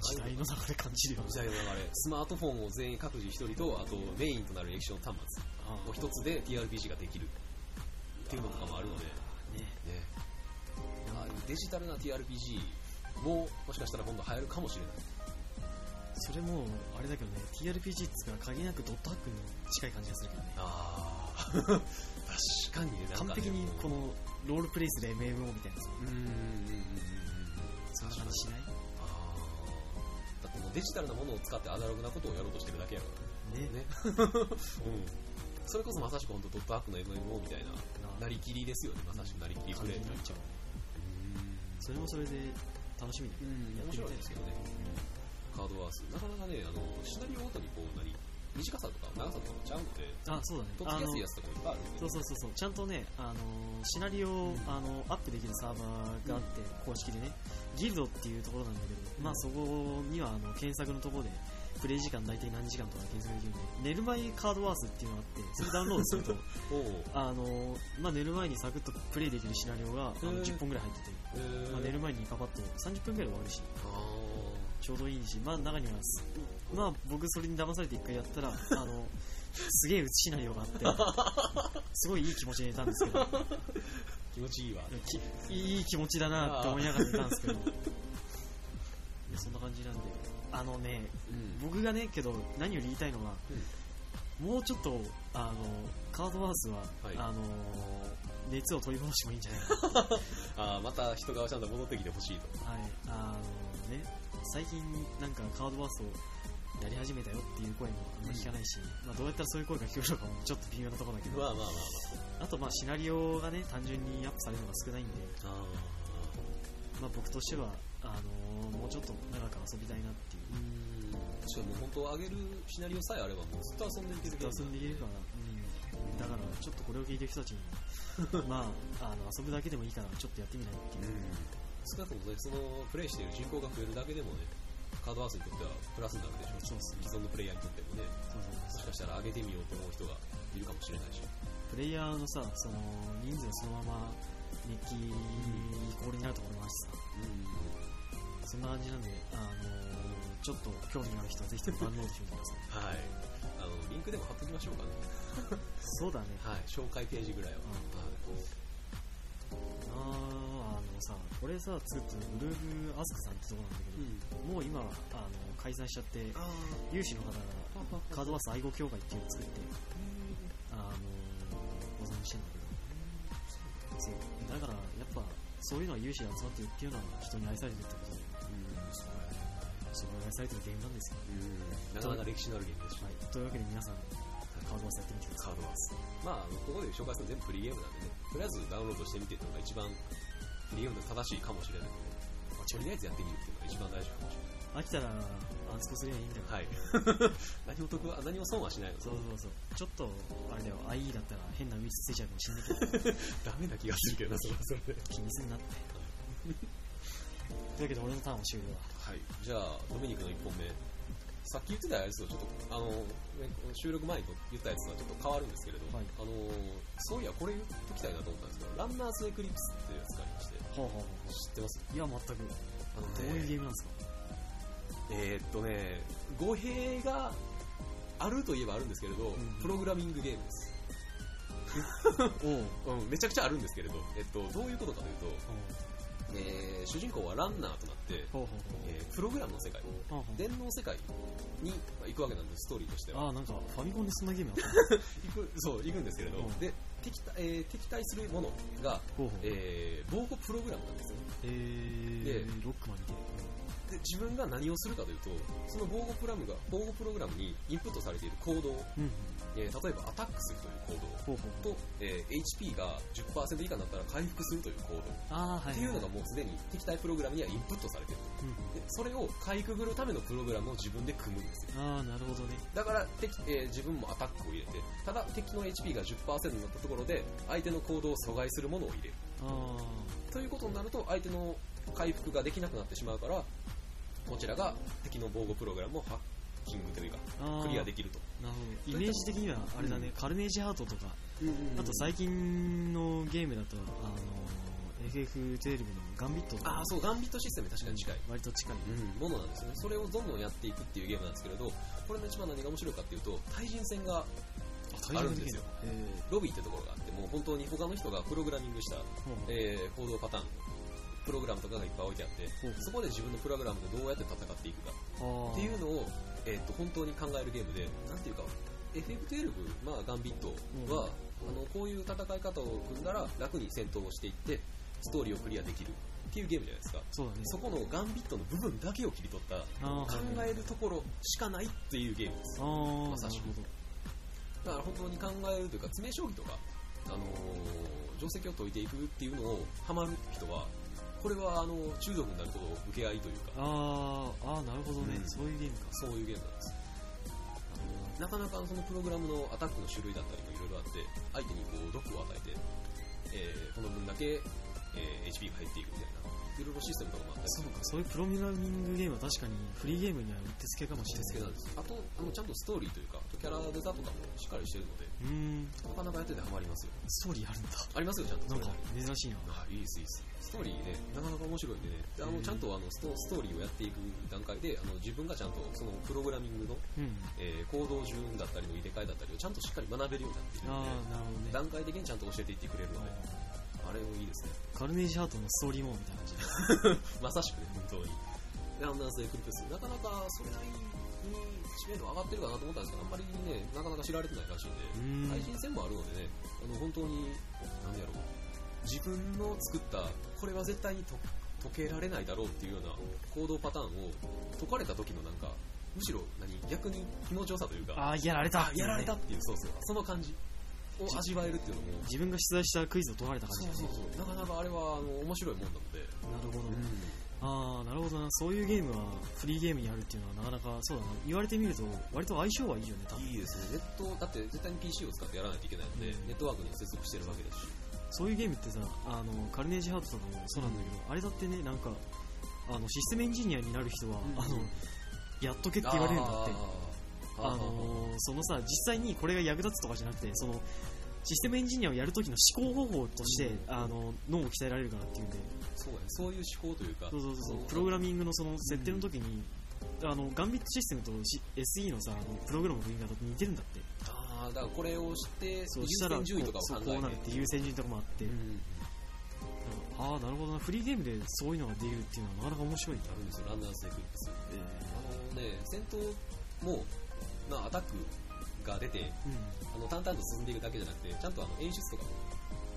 Speaker 2: 時代の流れ感じるよね。
Speaker 1: 時代の流れ。スマートフォンを全員各自一人と、あとメインとなる液晶端末を一つで TRPG ができるっていうのとかもあるので、ね、
Speaker 2: ね。
Speaker 1: ああいうデジタルな TRPG ももしかしたら今度流行るかもしれない。
Speaker 2: それも、あれだけどね、TRPG っつうから限りなくドットハックに近い感じがするけどね。
Speaker 1: ああ、 [laughs] 確かにね、なんかね、
Speaker 2: 完璧にこ
Speaker 1: の、
Speaker 2: のロールプレイする MMO みたいなさ、
Speaker 1: うんうんうんうん
Speaker 2: そんな感じしない
Speaker 1: ああ、だってもうデジタルなものを使ってアナログなことをやろうとしてるだけやから
Speaker 2: ね。
Speaker 1: ね。 [laughs] うん。それこそまさしく本当ドットアップの MMO みたいな、なりきりですよね、まさしくなりきりプ
Speaker 2: 感
Speaker 1: レ
Speaker 2: じ
Speaker 1: イ
Speaker 2: になっちゃうね。それもそれで楽しみだ
Speaker 1: う
Speaker 2: よね。
Speaker 1: ん、面白いですけどね。カードワース。なかなかね、あの、シナリオごとにこう、何、短さとか長さとかもちゃうので、
Speaker 2: あ、そうだね。
Speaker 1: とっつ
Speaker 2: あ
Speaker 1: きや
Speaker 2: の
Speaker 1: すいやつとかもいっぱいあるんで。
Speaker 2: そうそうそうそう、ちゃんとね、あのーシナリオを、あのアップできるサーバーがあって、公式でね、ギルドっていうところなんだけど、まあそこにはあの検索のところで、プレイ時間大体何時間とか検索できるんで、寝る前カードワースっていうのがあって、それダウンロードする [laughs] と、
Speaker 1: おう
Speaker 2: あのーまあ寝る前にサクッとプレイできるシナリオが
Speaker 1: へ
Speaker 2: あの
Speaker 1: ー
Speaker 2: 10本ぐらい入ってて、
Speaker 1: えー
Speaker 2: まあ、寝る前にパパッと30分ぐらいで終わるし、
Speaker 1: あー
Speaker 2: ちょうどいいし、まあ中にはす、まあ僕それに騙されて一回やったら、あ [laughs] の、すげえ映しないようがあって、 [laughs] すごいいい気持ちで寝たんですけど、
Speaker 1: 気持ちいいわ。
Speaker 2: きいい気持ちだなって思いながら寝たんですけど、そんな感じなんで、あのね、
Speaker 1: うん。
Speaker 2: 僕がね、けど何より言いたいのは、もうちょっと、あの、カードワースは、
Speaker 1: はい
Speaker 2: あの、熱を取り戻してもいいんじゃない [laughs] か
Speaker 1: ああ、また人がちゃんと戻ってきてほしいと。
Speaker 2: な。はい、あのね、最近なんかカードワースをやり始めたよっていう声もあんま聞かないし、まあどうやったらそういう声が聞こえるのかもちょっと微妙なところだけ
Speaker 1: まあ
Speaker 2: ど、
Speaker 1: まあまあ
Speaker 2: あとまあシナリオがね、単純にアップされるのが少ないんで、
Speaker 1: まあ。あ
Speaker 2: まあ、僕としてはあのーもうちょっと長く遊びたいなっていう
Speaker 1: ーうん。確かにもう本当、上げるシナリオさえあれば、もうずっと遊んでいけ
Speaker 2: ずっ
Speaker 1: る
Speaker 2: と遊んでいけるから、うん、だからちょっとこれを聞いてる人たちに [laughs] もまああの遊ぶだけでもいいからちょっとやってみないっていうう、
Speaker 1: ん。少なくともね、その、プレイしている人口が増えるだけでもね、カードワースにとってはプラスになるでしょうし
Speaker 2: そうですね
Speaker 1: 既存のプレイヤーにとってもね、
Speaker 2: そう
Speaker 1: も
Speaker 2: そう
Speaker 1: しかしたら上げてみようと思う人がいるかもしれないし。
Speaker 2: プレイヤーのさその人数をそのまま日記イコールになるところもあるしさ
Speaker 1: うん。
Speaker 2: そんな感じなんであのーちょっと興味のある人はぜひともダウンロードしてみてください
Speaker 1: はい。あの、リンクでも貼っときましょうかね。
Speaker 2: そうだね
Speaker 1: はい。紹介ページぐらいは。
Speaker 2: あーあのさ俺さ作ってるグルーブアスクさんってとこなんだけ
Speaker 1: ん。
Speaker 2: ど、もう今はあの解散しちゃって
Speaker 1: ああ。
Speaker 2: 有志の方がカードバス愛護協会っていうのを作ってあの保存してんだけどそうだからやっぱそういうのは有志が集まってるっていうのは人に愛されてるってことで
Speaker 1: うん、そうだね
Speaker 2: 人に愛されてるゲームなんですよ、
Speaker 1: うん。なかなか歴史のあるゲームでした
Speaker 2: は
Speaker 1: ね。
Speaker 2: い、というわけで皆さんカードバスやってみてください
Speaker 1: カードワース。まああの、ここで紹介するの全部フリーゲームなんでね、とりあえずダウンロードしてみてっていうのが一番フリーゲームで正しいかもしれないので、まあ、とりあえずやってみるっていうのが一番大事かもしれない。
Speaker 2: 飽きたらアンスコすりゃいいんだよ、
Speaker 1: はい。何も得は、何も損はしないので
Speaker 2: そうそうそうちょっとあれだよ IE だったら変なウイルスついちゃうかもしれないけど
Speaker 1: ダメな気がするけどな、それはそれで。
Speaker 2: 気にすんなって
Speaker 1: [laughs]
Speaker 2: というわけで俺のターンは終了だ
Speaker 1: はい、 [laughs] じゃあ、ドミニクの1本目。さっき言ってたやつとちょっと、あの、ね収録前に言ったやつとはちょっと変わるんですけれど、
Speaker 2: はい
Speaker 1: あの、そういや、これ言っときたいなと思ったんですけど、ランナーズエクリプスっていうやつがありまして、
Speaker 2: ほうほうほう
Speaker 1: 知ってます
Speaker 2: いや全く
Speaker 1: あの
Speaker 2: どういうゲームなんですか
Speaker 1: えーっとね、語弊があるといえばあるんですけれど、
Speaker 2: ん
Speaker 1: プログラミングゲームです。
Speaker 2: おう
Speaker 1: うん、めちゃくちゃあるんですけれど、えっと、どういうことかという
Speaker 2: ほう
Speaker 1: と、えー主人公はランナーとなって、
Speaker 2: ほうほう
Speaker 1: えープログラムの世界、
Speaker 2: ほうほうほう
Speaker 1: 電脳世界にまあ行くわけなんです、ストーリーとしては。
Speaker 2: ああなんかファミコンでそんなゲームあった
Speaker 1: [laughs]
Speaker 2: の
Speaker 1: 行くそう行くんですけれど、
Speaker 2: うん
Speaker 1: で敵対えー敵対するものが、
Speaker 2: ほうほう
Speaker 1: えー防護プログラムなんですよ
Speaker 2: えー、
Speaker 1: で
Speaker 2: ロックマンにて
Speaker 1: で自分が何をするかというとその防護プログラムが防護プログラムにインプットされている行動、
Speaker 2: うんうん
Speaker 1: えー例えばアタックするという行
Speaker 2: ほうほう
Speaker 1: 動と、えー HP が10%以下になったら回復するという行動っ
Speaker 2: ああはい
Speaker 1: ていうのがもうすでに敵対プログラムにはインプットされている
Speaker 2: うんうん
Speaker 1: でそれをかいくぐるためのプログラムを自分で組むんですよ
Speaker 2: ああなるほどね
Speaker 1: だから敵、えー自分もアタックを入れてただ敵の HP が10%になったところで相手の行動を阻害するものを入れる
Speaker 2: あ
Speaker 1: ということになると相手の回復ができなくなってしまうからこちらが敵の防護プログラムをハッキングというか
Speaker 2: ーあー
Speaker 1: クリアできると、
Speaker 2: なるほどイメージ的にはあれだね、
Speaker 1: うん
Speaker 2: カルネージハートとかあと
Speaker 1: さ
Speaker 2: 最近のゲームだとあの FF12 のガンビットと
Speaker 1: あ
Speaker 2: か
Speaker 1: あそうガンビットシステムに確かに近い、
Speaker 2: 割と近い、
Speaker 1: うんものなんですよねそれをどんどんやっていくっていうゲームなんですけれどこれの一番何が面白いかっていうと対人戦が
Speaker 2: あ
Speaker 1: あるんですよ
Speaker 2: え
Speaker 1: ロビーってところがあってもう本当に他の人がプログラミングした、
Speaker 2: ーほうほう
Speaker 1: えー行動パターンプログラムとかがいっぱい置いてあって
Speaker 2: ほうほう
Speaker 1: そこで自分のプログラムでどうやって戦っていくか
Speaker 2: あー
Speaker 1: っていうのを、えー、と本当に考えるゲームで、なんていうか、FF12、まあ、ガンビットは、あのこういう戦い方を組んだら楽に戦闘をしていって、ストーリーをクリアできるっていうゲームじゃないですか。
Speaker 2: そうだね
Speaker 1: そこのガンビットの部分だけを切り取った、
Speaker 2: あー
Speaker 1: 考
Speaker 2: はい
Speaker 1: えるところしかないっていうゲームです。
Speaker 2: あー
Speaker 1: まさしく
Speaker 2: なる
Speaker 1: だから本当に考えるというか、詰め将棋とか、あのー定石を解いていくっていうのをハマる人は、これはあの中毒になるほど受け合いというか、
Speaker 2: ほどあーあーなるほどね、
Speaker 1: うん
Speaker 2: そういうゲームか
Speaker 1: そういうゲームなんです。なかなかそのプログラムのアタックの種類だったりもいろいろあって、相手にこう毒を与えて、えーこの分だけ、えー HP が入っていくみたいな、いろいろシステムとかもあったり
Speaker 2: そうかそういうプログラミングゲームは確かにフリーゲームにはうってつけかもしれ
Speaker 1: して
Speaker 2: ない
Speaker 1: なんですあとあの、ちゃんとストーリーというか、キャラデザとかもしっかりしてるので、
Speaker 2: うーん
Speaker 1: なかなかやっててハマりますよ。
Speaker 2: ストーリーあるんだ
Speaker 1: ありますよ、ちゃんと。
Speaker 2: なんか珍しいな
Speaker 1: あいいです、いいです。ストーリーね、なかなか面白いんでね、であ
Speaker 2: う
Speaker 1: の
Speaker 2: ん
Speaker 1: ちゃんとあのストストーリーをやっていく段階で、あの自分がちゃんとそのプログラミングの、
Speaker 2: うん
Speaker 1: えー行動順だったりの入れ替えだったりをちゃんとしっかり学べるようになっているので、
Speaker 2: ああな
Speaker 1: 段
Speaker 2: るほどね
Speaker 1: 階的にちゃんと教えていってくれるので、あれもいいですね。 [laughs]
Speaker 2: カルネージハートのストーリーモードみたいな感じだ
Speaker 1: まさしくね、本当に。ランダンスエクリプス、なかなかそれなりに知名度上がってるかなと思ったんですけど、あんまりね、なかなか知られてないらしいん
Speaker 2: う
Speaker 1: で、
Speaker 2: ーん
Speaker 1: 対人戦もあるのでね、あの本当に、なんやろう、自分の作った、これは絶対にと解けられないだろうっていうような行動パターンを解かれた時のなんか、むしろ何逆に気持ちよさというか、
Speaker 2: ああやられた
Speaker 1: あやられたっていう、そうそう、その感じを味わえるっていうのも、
Speaker 2: 自分が出題したクイズを解かれた感じ
Speaker 1: そう
Speaker 2: だね
Speaker 1: そうそう、なかなかあれはあの面白いもんなので、
Speaker 2: なるほど、ああなるほどなそういうゲームはフリーゲームにあるっていうのはなかなかそうだな言われてみると割と相性はいいよね多分
Speaker 1: いいですね、ネット、だって絶対に PC を使ってやらないといけないので、ネットワークに接続してるわけですし、
Speaker 2: そういうゲームってさあのカルネージハートとかもそうなんだけど、あれだってねなんかあのシステムエンジニアになる人は、
Speaker 1: うん
Speaker 2: あのやっとけって言われるんだって
Speaker 1: あ
Speaker 2: あ
Speaker 1: ー
Speaker 2: のそのさ実際にこれが役立つとかじゃなくてそのシステムエンジニアをやるときの思考方法として、
Speaker 1: うん
Speaker 2: あの脳を鍛えられるからっていうんで
Speaker 1: そうやね、そういう思考というか、
Speaker 2: そうそうそう
Speaker 1: の
Speaker 2: プログラミングのその設定の時に、あのガンビットシステムと、し SE のさあのプログラムの分野だと似てるんだって
Speaker 1: ああだからこれをして
Speaker 2: そう
Speaker 1: 優
Speaker 2: したら
Speaker 1: 先
Speaker 2: こう
Speaker 1: 順位とかを
Speaker 2: そう
Speaker 1: 考
Speaker 2: こうなるっ
Speaker 1: え
Speaker 2: て
Speaker 1: て
Speaker 2: 優先順位とかもあって、
Speaker 1: うん
Speaker 2: ああなるほどなフリーゲームでそういうのができるっていうのはなかなか面白いな
Speaker 1: あるんですよランナーズエクリプス
Speaker 2: え
Speaker 1: あのね戦闘もまあアタックが出て
Speaker 2: ー
Speaker 1: あの淡々と進んでいくだけじゃなくてちゃんとあの演出とかも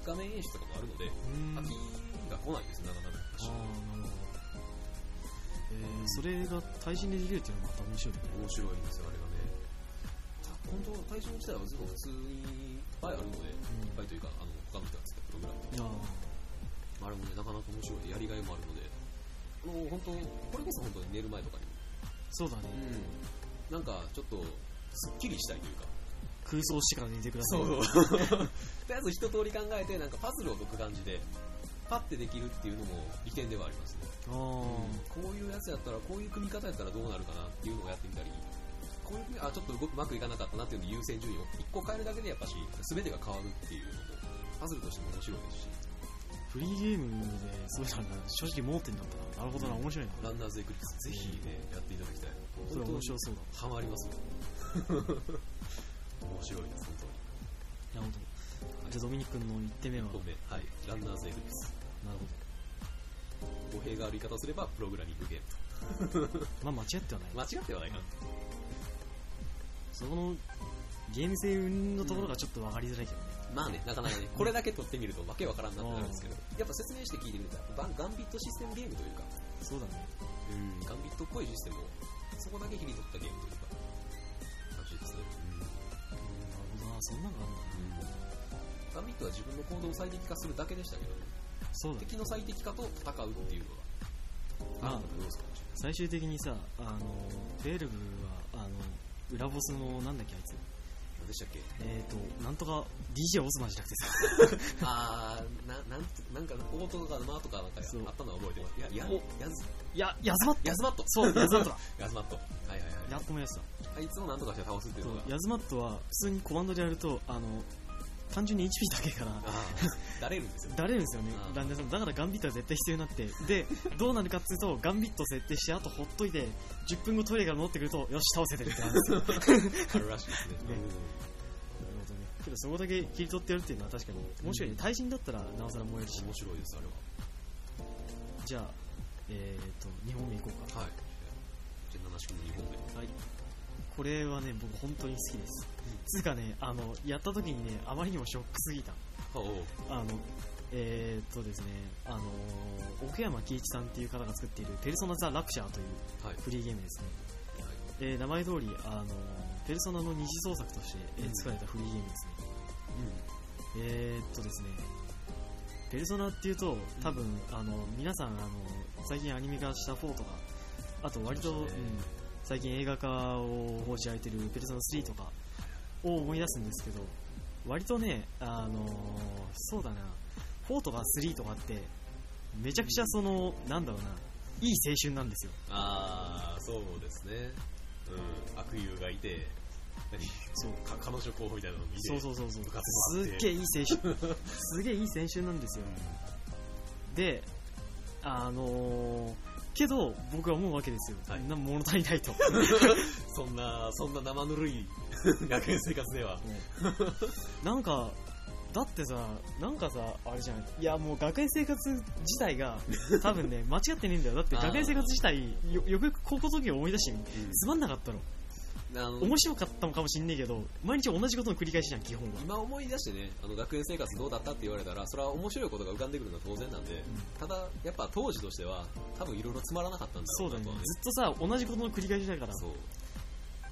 Speaker 1: 画面演出とかもあるので
Speaker 2: うんう
Speaker 1: 飽
Speaker 2: ーん
Speaker 1: きが来ないですねなかなか
Speaker 2: ああなるほど、えー、それが対人でできるっていうのもまた面白いね
Speaker 1: 面白いんですよあれがね本当対象自体はずっと普通にいっぱいあるのでいっぱいというかあの他の人が作ったプログラムとか
Speaker 2: うんあ
Speaker 1: あれもねなかなか面白いでやりがいもあるのであの本当これこそ本当に寝る前とかに
Speaker 2: ーそうだね、
Speaker 1: なんかちょっとすっきりしたいというか
Speaker 2: 空想してから寝てください
Speaker 1: そう [laughs] とりあえず一通り考えてなんかパズルを解く感じでパッてできるっていうのも利点ではありますね
Speaker 2: ああ
Speaker 1: こういうやつやったらこういう組み方やったらどうなるかなっていうのをやってみたりこういう組みあちょっとうまくいかなかったなっていうので優先順位を1個変えるだけでやっぱし全てが変わるっていうのもパズルとしても面白いですし
Speaker 2: フリーゲームでそういうのが正直盲点だったななるほどな面白いな
Speaker 1: ランナーズエクリプスぜひねやっていただきたい
Speaker 2: それは面白
Speaker 1: い
Speaker 2: そうだ
Speaker 1: ハマりますよ面白いです本当に
Speaker 2: [laughs] なるほどじゃあドミニク君の1点目はなる
Speaker 1: ごめんはいランナーズエクリプス
Speaker 2: ほ
Speaker 1: 語弊がある言い方をすればプログラミングゲーム
Speaker 2: どまあ間違ってはない、
Speaker 1: 間違ってはないかな
Speaker 2: そこのゲーム性云々のところがちょっと分かりづらいけどね、
Speaker 1: まあね、なかなかね、これだけ取ってみるとわけわからんなってなるんですけど、やっぱ説明して聞いてみると、バンガンビットシステムゲームというか、
Speaker 2: そうだね
Speaker 1: ガンビットっぽいシステムを、そこだけ切り取ったゲームというか、楽しいですね。
Speaker 2: うんなるほどなそんなのが
Speaker 1: ガ
Speaker 2: あるんだ
Speaker 1: ンビットは自分の行動を最適化するだけでしたけど、ね、
Speaker 2: そうだね
Speaker 1: 敵の最適化と戦うっていうのが、あ
Speaker 2: まあ
Speaker 1: るのかどう
Speaker 2: [laughs]
Speaker 1: かもしれないです。
Speaker 2: 最終的にさあの12はあの裏ボスのなんだっけあいつ
Speaker 1: 何でしたっけ
Speaker 2: えっ、となんとか DJ オスマンじゃなくてさ
Speaker 1: あー、な、なんて、なんか、オートとかマーとかなんか
Speaker 2: そう
Speaker 1: あったのは覚えてます。や、や、やず、
Speaker 2: いやヤズマット
Speaker 1: やずまっと
Speaker 2: そうヤズマット
Speaker 1: [laughs]
Speaker 2: だ
Speaker 1: やずまっと。はいはいはい。
Speaker 2: やっと思い出した
Speaker 1: あいつをなんとかして倒すっていう
Speaker 2: そ
Speaker 1: の
Speaker 2: う
Speaker 1: が。
Speaker 2: [laughs] ヤズマットは普通にコマンドでやるとあの単純に HP だけから
Speaker 1: ああ、だれるんですよ。
Speaker 2: だれるんですよね
Speaker 1: うん
Speaker 2: ランダムさんだからガンビットは絶対必要になってでどうなるかっつうとガンビット設定してあとほっといて10分後トイレから戻ってくるとよし倒せてるってなるんです [laughs] よなる
Speaker 1: あるらしいですね。
Speaker 2: ねほどねけどそこだけ切り取ってやるっていうのは確かに面白いね対人だったらなおさら燃えるし
Speaker 1: 面白いです、あれ
Speaker 2: じゃあえっと2本目いこうか
Speaker 1: は。はい。じゃあ、七種の2本目。
Speaker 2: はいこれはね僕本当に好きですつうかねあのやった時にねあまりにもショックすぎた
Speaker 1: おう
Speaker 2: あのえー、っとですねあの奥山喜一さんっていう方が作っている「ペルソナ・ザ・ラクチャー」という
Speaker 1: はい。
Speaker 2: フリーゲームですね、
Speaker 1: はい
Speaker 2: えー名前通りあのペルソナの二次創作として、えー
Speaker 1: うん
Speaker 2: 作られたフリーゲームですね、えー、っとですねペルソナっていうと多分、あの皆さんあの最近アニメ化した4とかあと割と、
Speaker 1: そう
Speaker 2: うん
Speaker 1: ですね
Speaker 2: 最近映画化を報じられてるペルソナ3とかを思い出すんですけど割とねあのーそうだな4とか3とかってめちゃくちゃそのなんだろうないい青春なんですよ
Speaker 1: ああ、そうですね。うん。悪友がいて、何
Speaker 2: そう
Speaker 1: か彼女候補みたいなのを見て。
Speaker 2: そうそうそうそう
Speaker 1: 部活もあっ
Speaker 2: す
Speaker 1: て
Speaker 2: っげえいい青春
Speaker 1: [laughs]
Speaker 2: すげえいい青春なんですよであのーけど僕は思うわけですよ、
Speaker 1: はい
Speaker 2: な物足りないとも
Speaker 1: そんな、そんな生ぬるい学園生活では。
Speaker 2: うなんかだってさなんかさあれじゃんいやもう学園生活自
Speaker 1: [laughs]
Speaker 2: 体が多分ね間違ってねえんだよだって
Speaker 1: あー
Speaker 2: 学園生活自体よよくよく高校の時を思い出してみつまんなかったの
Speaker 1: あの
Speaker 2: 面白かったのかもしんねえけど毎日同じことの繰り返しじゃん基本は、
Speaker 1: 今思い出してね、あの学園生活どうだったって言われたら、それは面白いことが浮かんでくるのは当然なんで、ただ、やっぱ当時としては、多分いろいろつまらなかったんだろ
Speaker 2: そう
Speaker 1: うな
Speaker 2: だね
Speaker 1: とはね。
Speaker 2: ずっとさ同じことの繰り返しだから
Speaker 1: そう。
Speaker 2: っ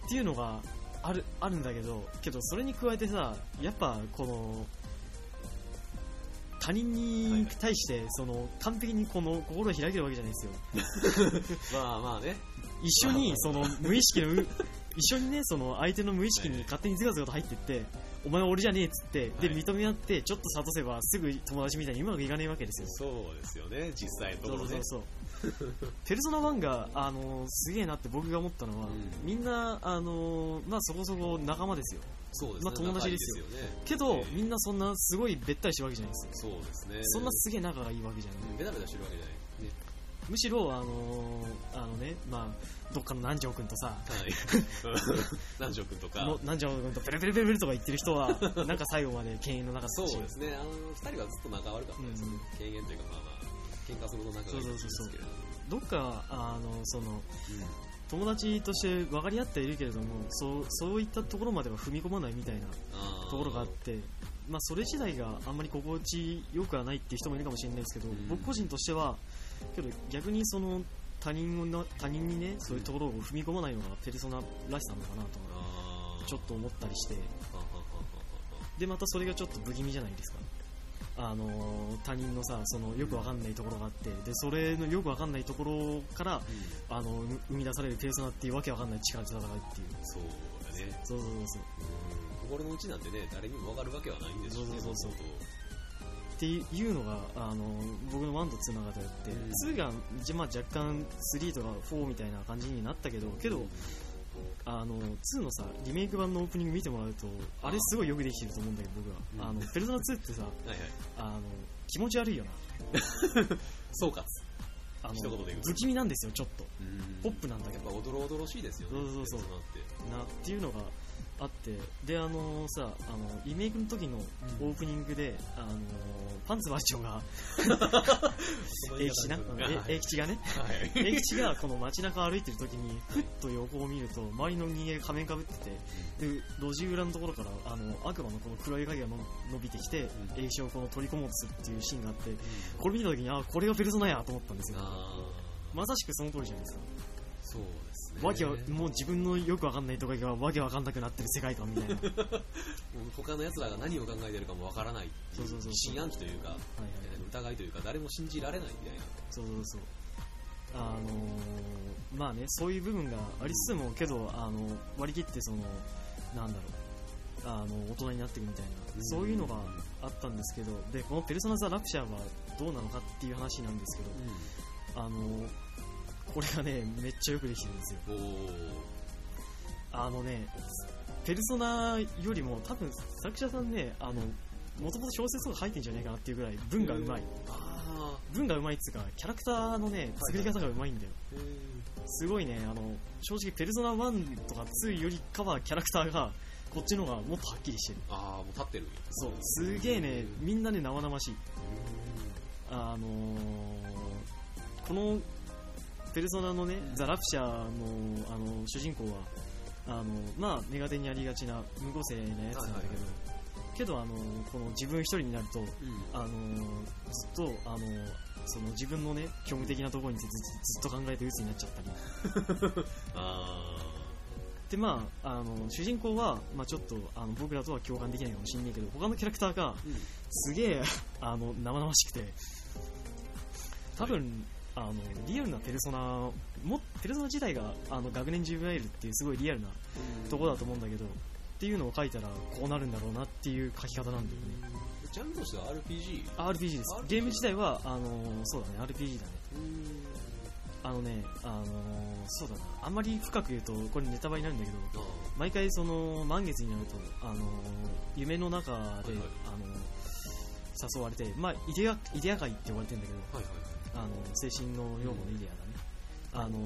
Speaker 2: ていうのがあるあるんだけどけどそれに加えてさやっぱこの他人に対してその完璧にこの心を開けるわけじゃないですよ
Speaker 1: まあまあね。
Speaker 2: 一緒にその無意識のう一緒にねその相手の無意識に勝手にズガズガと入ってってお前は俺じゃねえっつってで
Speaker 1: はい
Speaker 2: 認め合ってちょっと諭せばすぐ友達みたいにうまくいかないわけですよ
Speaker 1: そうですよね、実際のと
Speaker 2: そ
Speaker 1: こ
Speaker 2: うそ
Speaker 1: ろ
Speaker 2: う
Speaker 1: ね。
Speaker 2: そうそうペルソナ1が、あのすげえなって僕が思ったのは、
Speaker 1: うん
Speaker 2: みんな、あのまあ、そこそこ仲間ですよ
Speaker 1: そうです
Speaker 2: ま
Speaker 1: ね
Speaker 2: あ。友達ですよ
Speaker 1: 仲いいですよね。
Speaker 2: けど、
Speaker 1: ええ
Speaker 2: みんなそんなすごいべったりしてるわけじゃないですよ、
Speaker 1: そうですね。
Speaker 2: そんなすげえ仲がいいわけじゃない、
Speaker 1: うんベタベタしてるわけじゃない。ね。
Speaker 2: むしろ、あのーあのね、まあ、どっかの南條君とさ、
Speaker 1: [laughs] 南條君とか
Speaker 2: の、南條君とペルペルペルペルとか言ってる
Speaker 1: [laughs]
Speaker 2: 人は、なんか最後まで犬猿の中だった
Speaker 1: そ
Speaker 2: し
Speaker 1: うですね、あの二人はずっと仲悪かったですね、軽減というか、まあまあ、喧嘩するほど仲がいいんですけれども、
Speaker 2: どっか、あの、その、友達として分かり合ってはいるけれども、そう、そういったところまでは踏み込まないみたいな
Speaker 1: うん
Speaker 2: ところがあ
Speaker 1: あ
Speaker 2: っ
Speaker 1: ー
Speaker 2: て、まあ、それ自体があんまり心地よくはないっていう人もいるかもしれないですけど、
Speaker 1: うん
Speaker 2: 僕個人としては、けど逆にその他人をな他人にね、そういうところを踏み込まないのがペルソナらしさなのかなと、
Speaker 1: あー
Speaker 2: ちょっと思ったりして、
Speaker 1: ははははは
Speaker 2: で、またそれがちょっと不気味じゃないですか。あのー他人のさ、そのよくわかんないところがあって、で、それのよくわかんないところから、あの、生生み出されるペルソナっていうわけわかんない力で戦うっていう。
Speaker 1: そうだね、
Speaker 2: そうそうそうそう。
Speaker 1: うん心の内なんてね、誰にも分かるわけはないんですよね、
Speaker 2: そうそうそう
Speaker 1: のこと
Speaker 2: っていうのがあの僕の1と2の中であって、
Speaker 1: うん
Speaker 2: 2が、じゃまあ、若干3とか4みたいな感じになったけどけどあの2のさリメイク版のオープニング見てもらうとあれすごいよくできてると思うんだけど僕
Speaker 1: う
Speaker 2: は、
Speaker 1: ん
Speaker 2: あのペルソナ2ってさ
Speaker 1: はいはい、
Speaker 2: あの気持ち悪いよな
Speaker 1: 総括、
Speaker 2: あの
Speaker 1: 一言で言うと
Speaker 2: 不気味なんですよちょっとポップなんだけ
Speaker 1: やっ
Speaker 2: ど
Speaker 1: ぱおどろおどろしいですよね、
Speaker 2: そうそうそう
Speaker 1: なって
Speaker 2: なっていうのがあってであのさあのリメイクの時のオープニングで、あのパンツ番長が
Speaker 1: その言
Speaker 2: 栄
Speaker 1: い
Speaker 2: 吉
Speaker 1: 方
Speaker 2: な
Speaker 1: ですよね
Speaker 2: え栄吉
Speaker 1: [laughs]
Speaker 2: がね
Speaker 1: はいはい
Speaker 2: 栄吉がこの街中歩いてる時にふっと横を見ると周りの人間が仮面かぶっててで路地裏のところからあの悪魔のこの黒い影がの伸びてきて栄吉をこの取り込もうとするっていうシーンがあってこれ見た時にあこれがペルソナやと思ったんですよ
Speaker 1: あー
Speaker 2: まさしくその通りじゃないですか
Speaker 1: そうですね
Speaker 2: わけわもう自分のよくわかんないとかがわけわかんなくなってる世界観みたいなはいはい
Speaker 1: うん他の奴らが何を考えてるかもわからないってい
Speaker 2: そうそうそう
Speaker 1: 疑心暗鬼というかえー疑いというか誰も信じられないみたいな
Speaker 2: そうそうそうあのーまあねそういう部分がありつつもけど、あの割り切ってそのなんだろうあの大人になっていくみたいなそういうのがあったんですけどでこの「ペルソナ・ザ・ラプチャー」はどうなのかっていう話なんですけど、あのーこれがねめっちゃよくできてるんですよ
Speaker 1: おお
Speaker 2: あのねペルソナよりも多分作者さんねあのもともと小説とか書いてんじゃねえかなっていうぐらい文がうまい
Speaker 1: ああ
Speaker 2: 文がうまいっつうかキャラクターのね作り方がうまいんだよ
Speaker 1: へえ
Speaker 2: すごいね、あの、正直、ペルソナ1とか2よりかはキャラクターが、こっちの方がもっとはっきりしてる。
Speaker 1: ああもう立ってる
Speaker 2: そう。すげえね、みんなね、生々しい。あのー、この、ペルソナのね、ザ・ラプシャーの、あの、主人公は、あの、まあ、ネガテにありがちな無個性なやつなんだけど、
Speaker 1: はいはいは
Speaker 2: けど、あの、この自分一人になると、
Speaker 1: うんうん
Speaker 2: あのずっと、あのその自分のね、虚無的なところについてずずっと考えて鬱になっちゃったり、
Speaker 1: あ
Speaker 2: でまあ、あの主人公は、まあ、ちょっとあの僕らとは共感できないかもしれないけど他のキャラクターが
Speaker 1: ーうん
Speaker 2: すげえあの生々しくて多分あのリアルなペルソナもペルソナ自体があの学年ジュブナイルっていうすごいリアルなところだと思うんだけどっていうのを書いたらこうなるんだろうなっていう書き方なんだよね
Speaker 1: ジャンルとしては RPG
Speaker 2: RPG です
Speaker 1: RPG
Speaker 2: ゲーム自体はあのそうだね RPG だね
Speaker 1: うん
Speaker 2: あのねあのそうだなあんまり深く言うとこれネタバレになるんだけど
Speaker 1: あ
Speaker 2: 毎回その満月になるとあの夢の中で、
Speaker 1: いはい
Speaker 2: あの誘われて、まあ、イデアイデア界って呼ばれてるんだけど
Speaker 1: あはいはい
Speaker 2: あの精神の養護のイデアだね、あの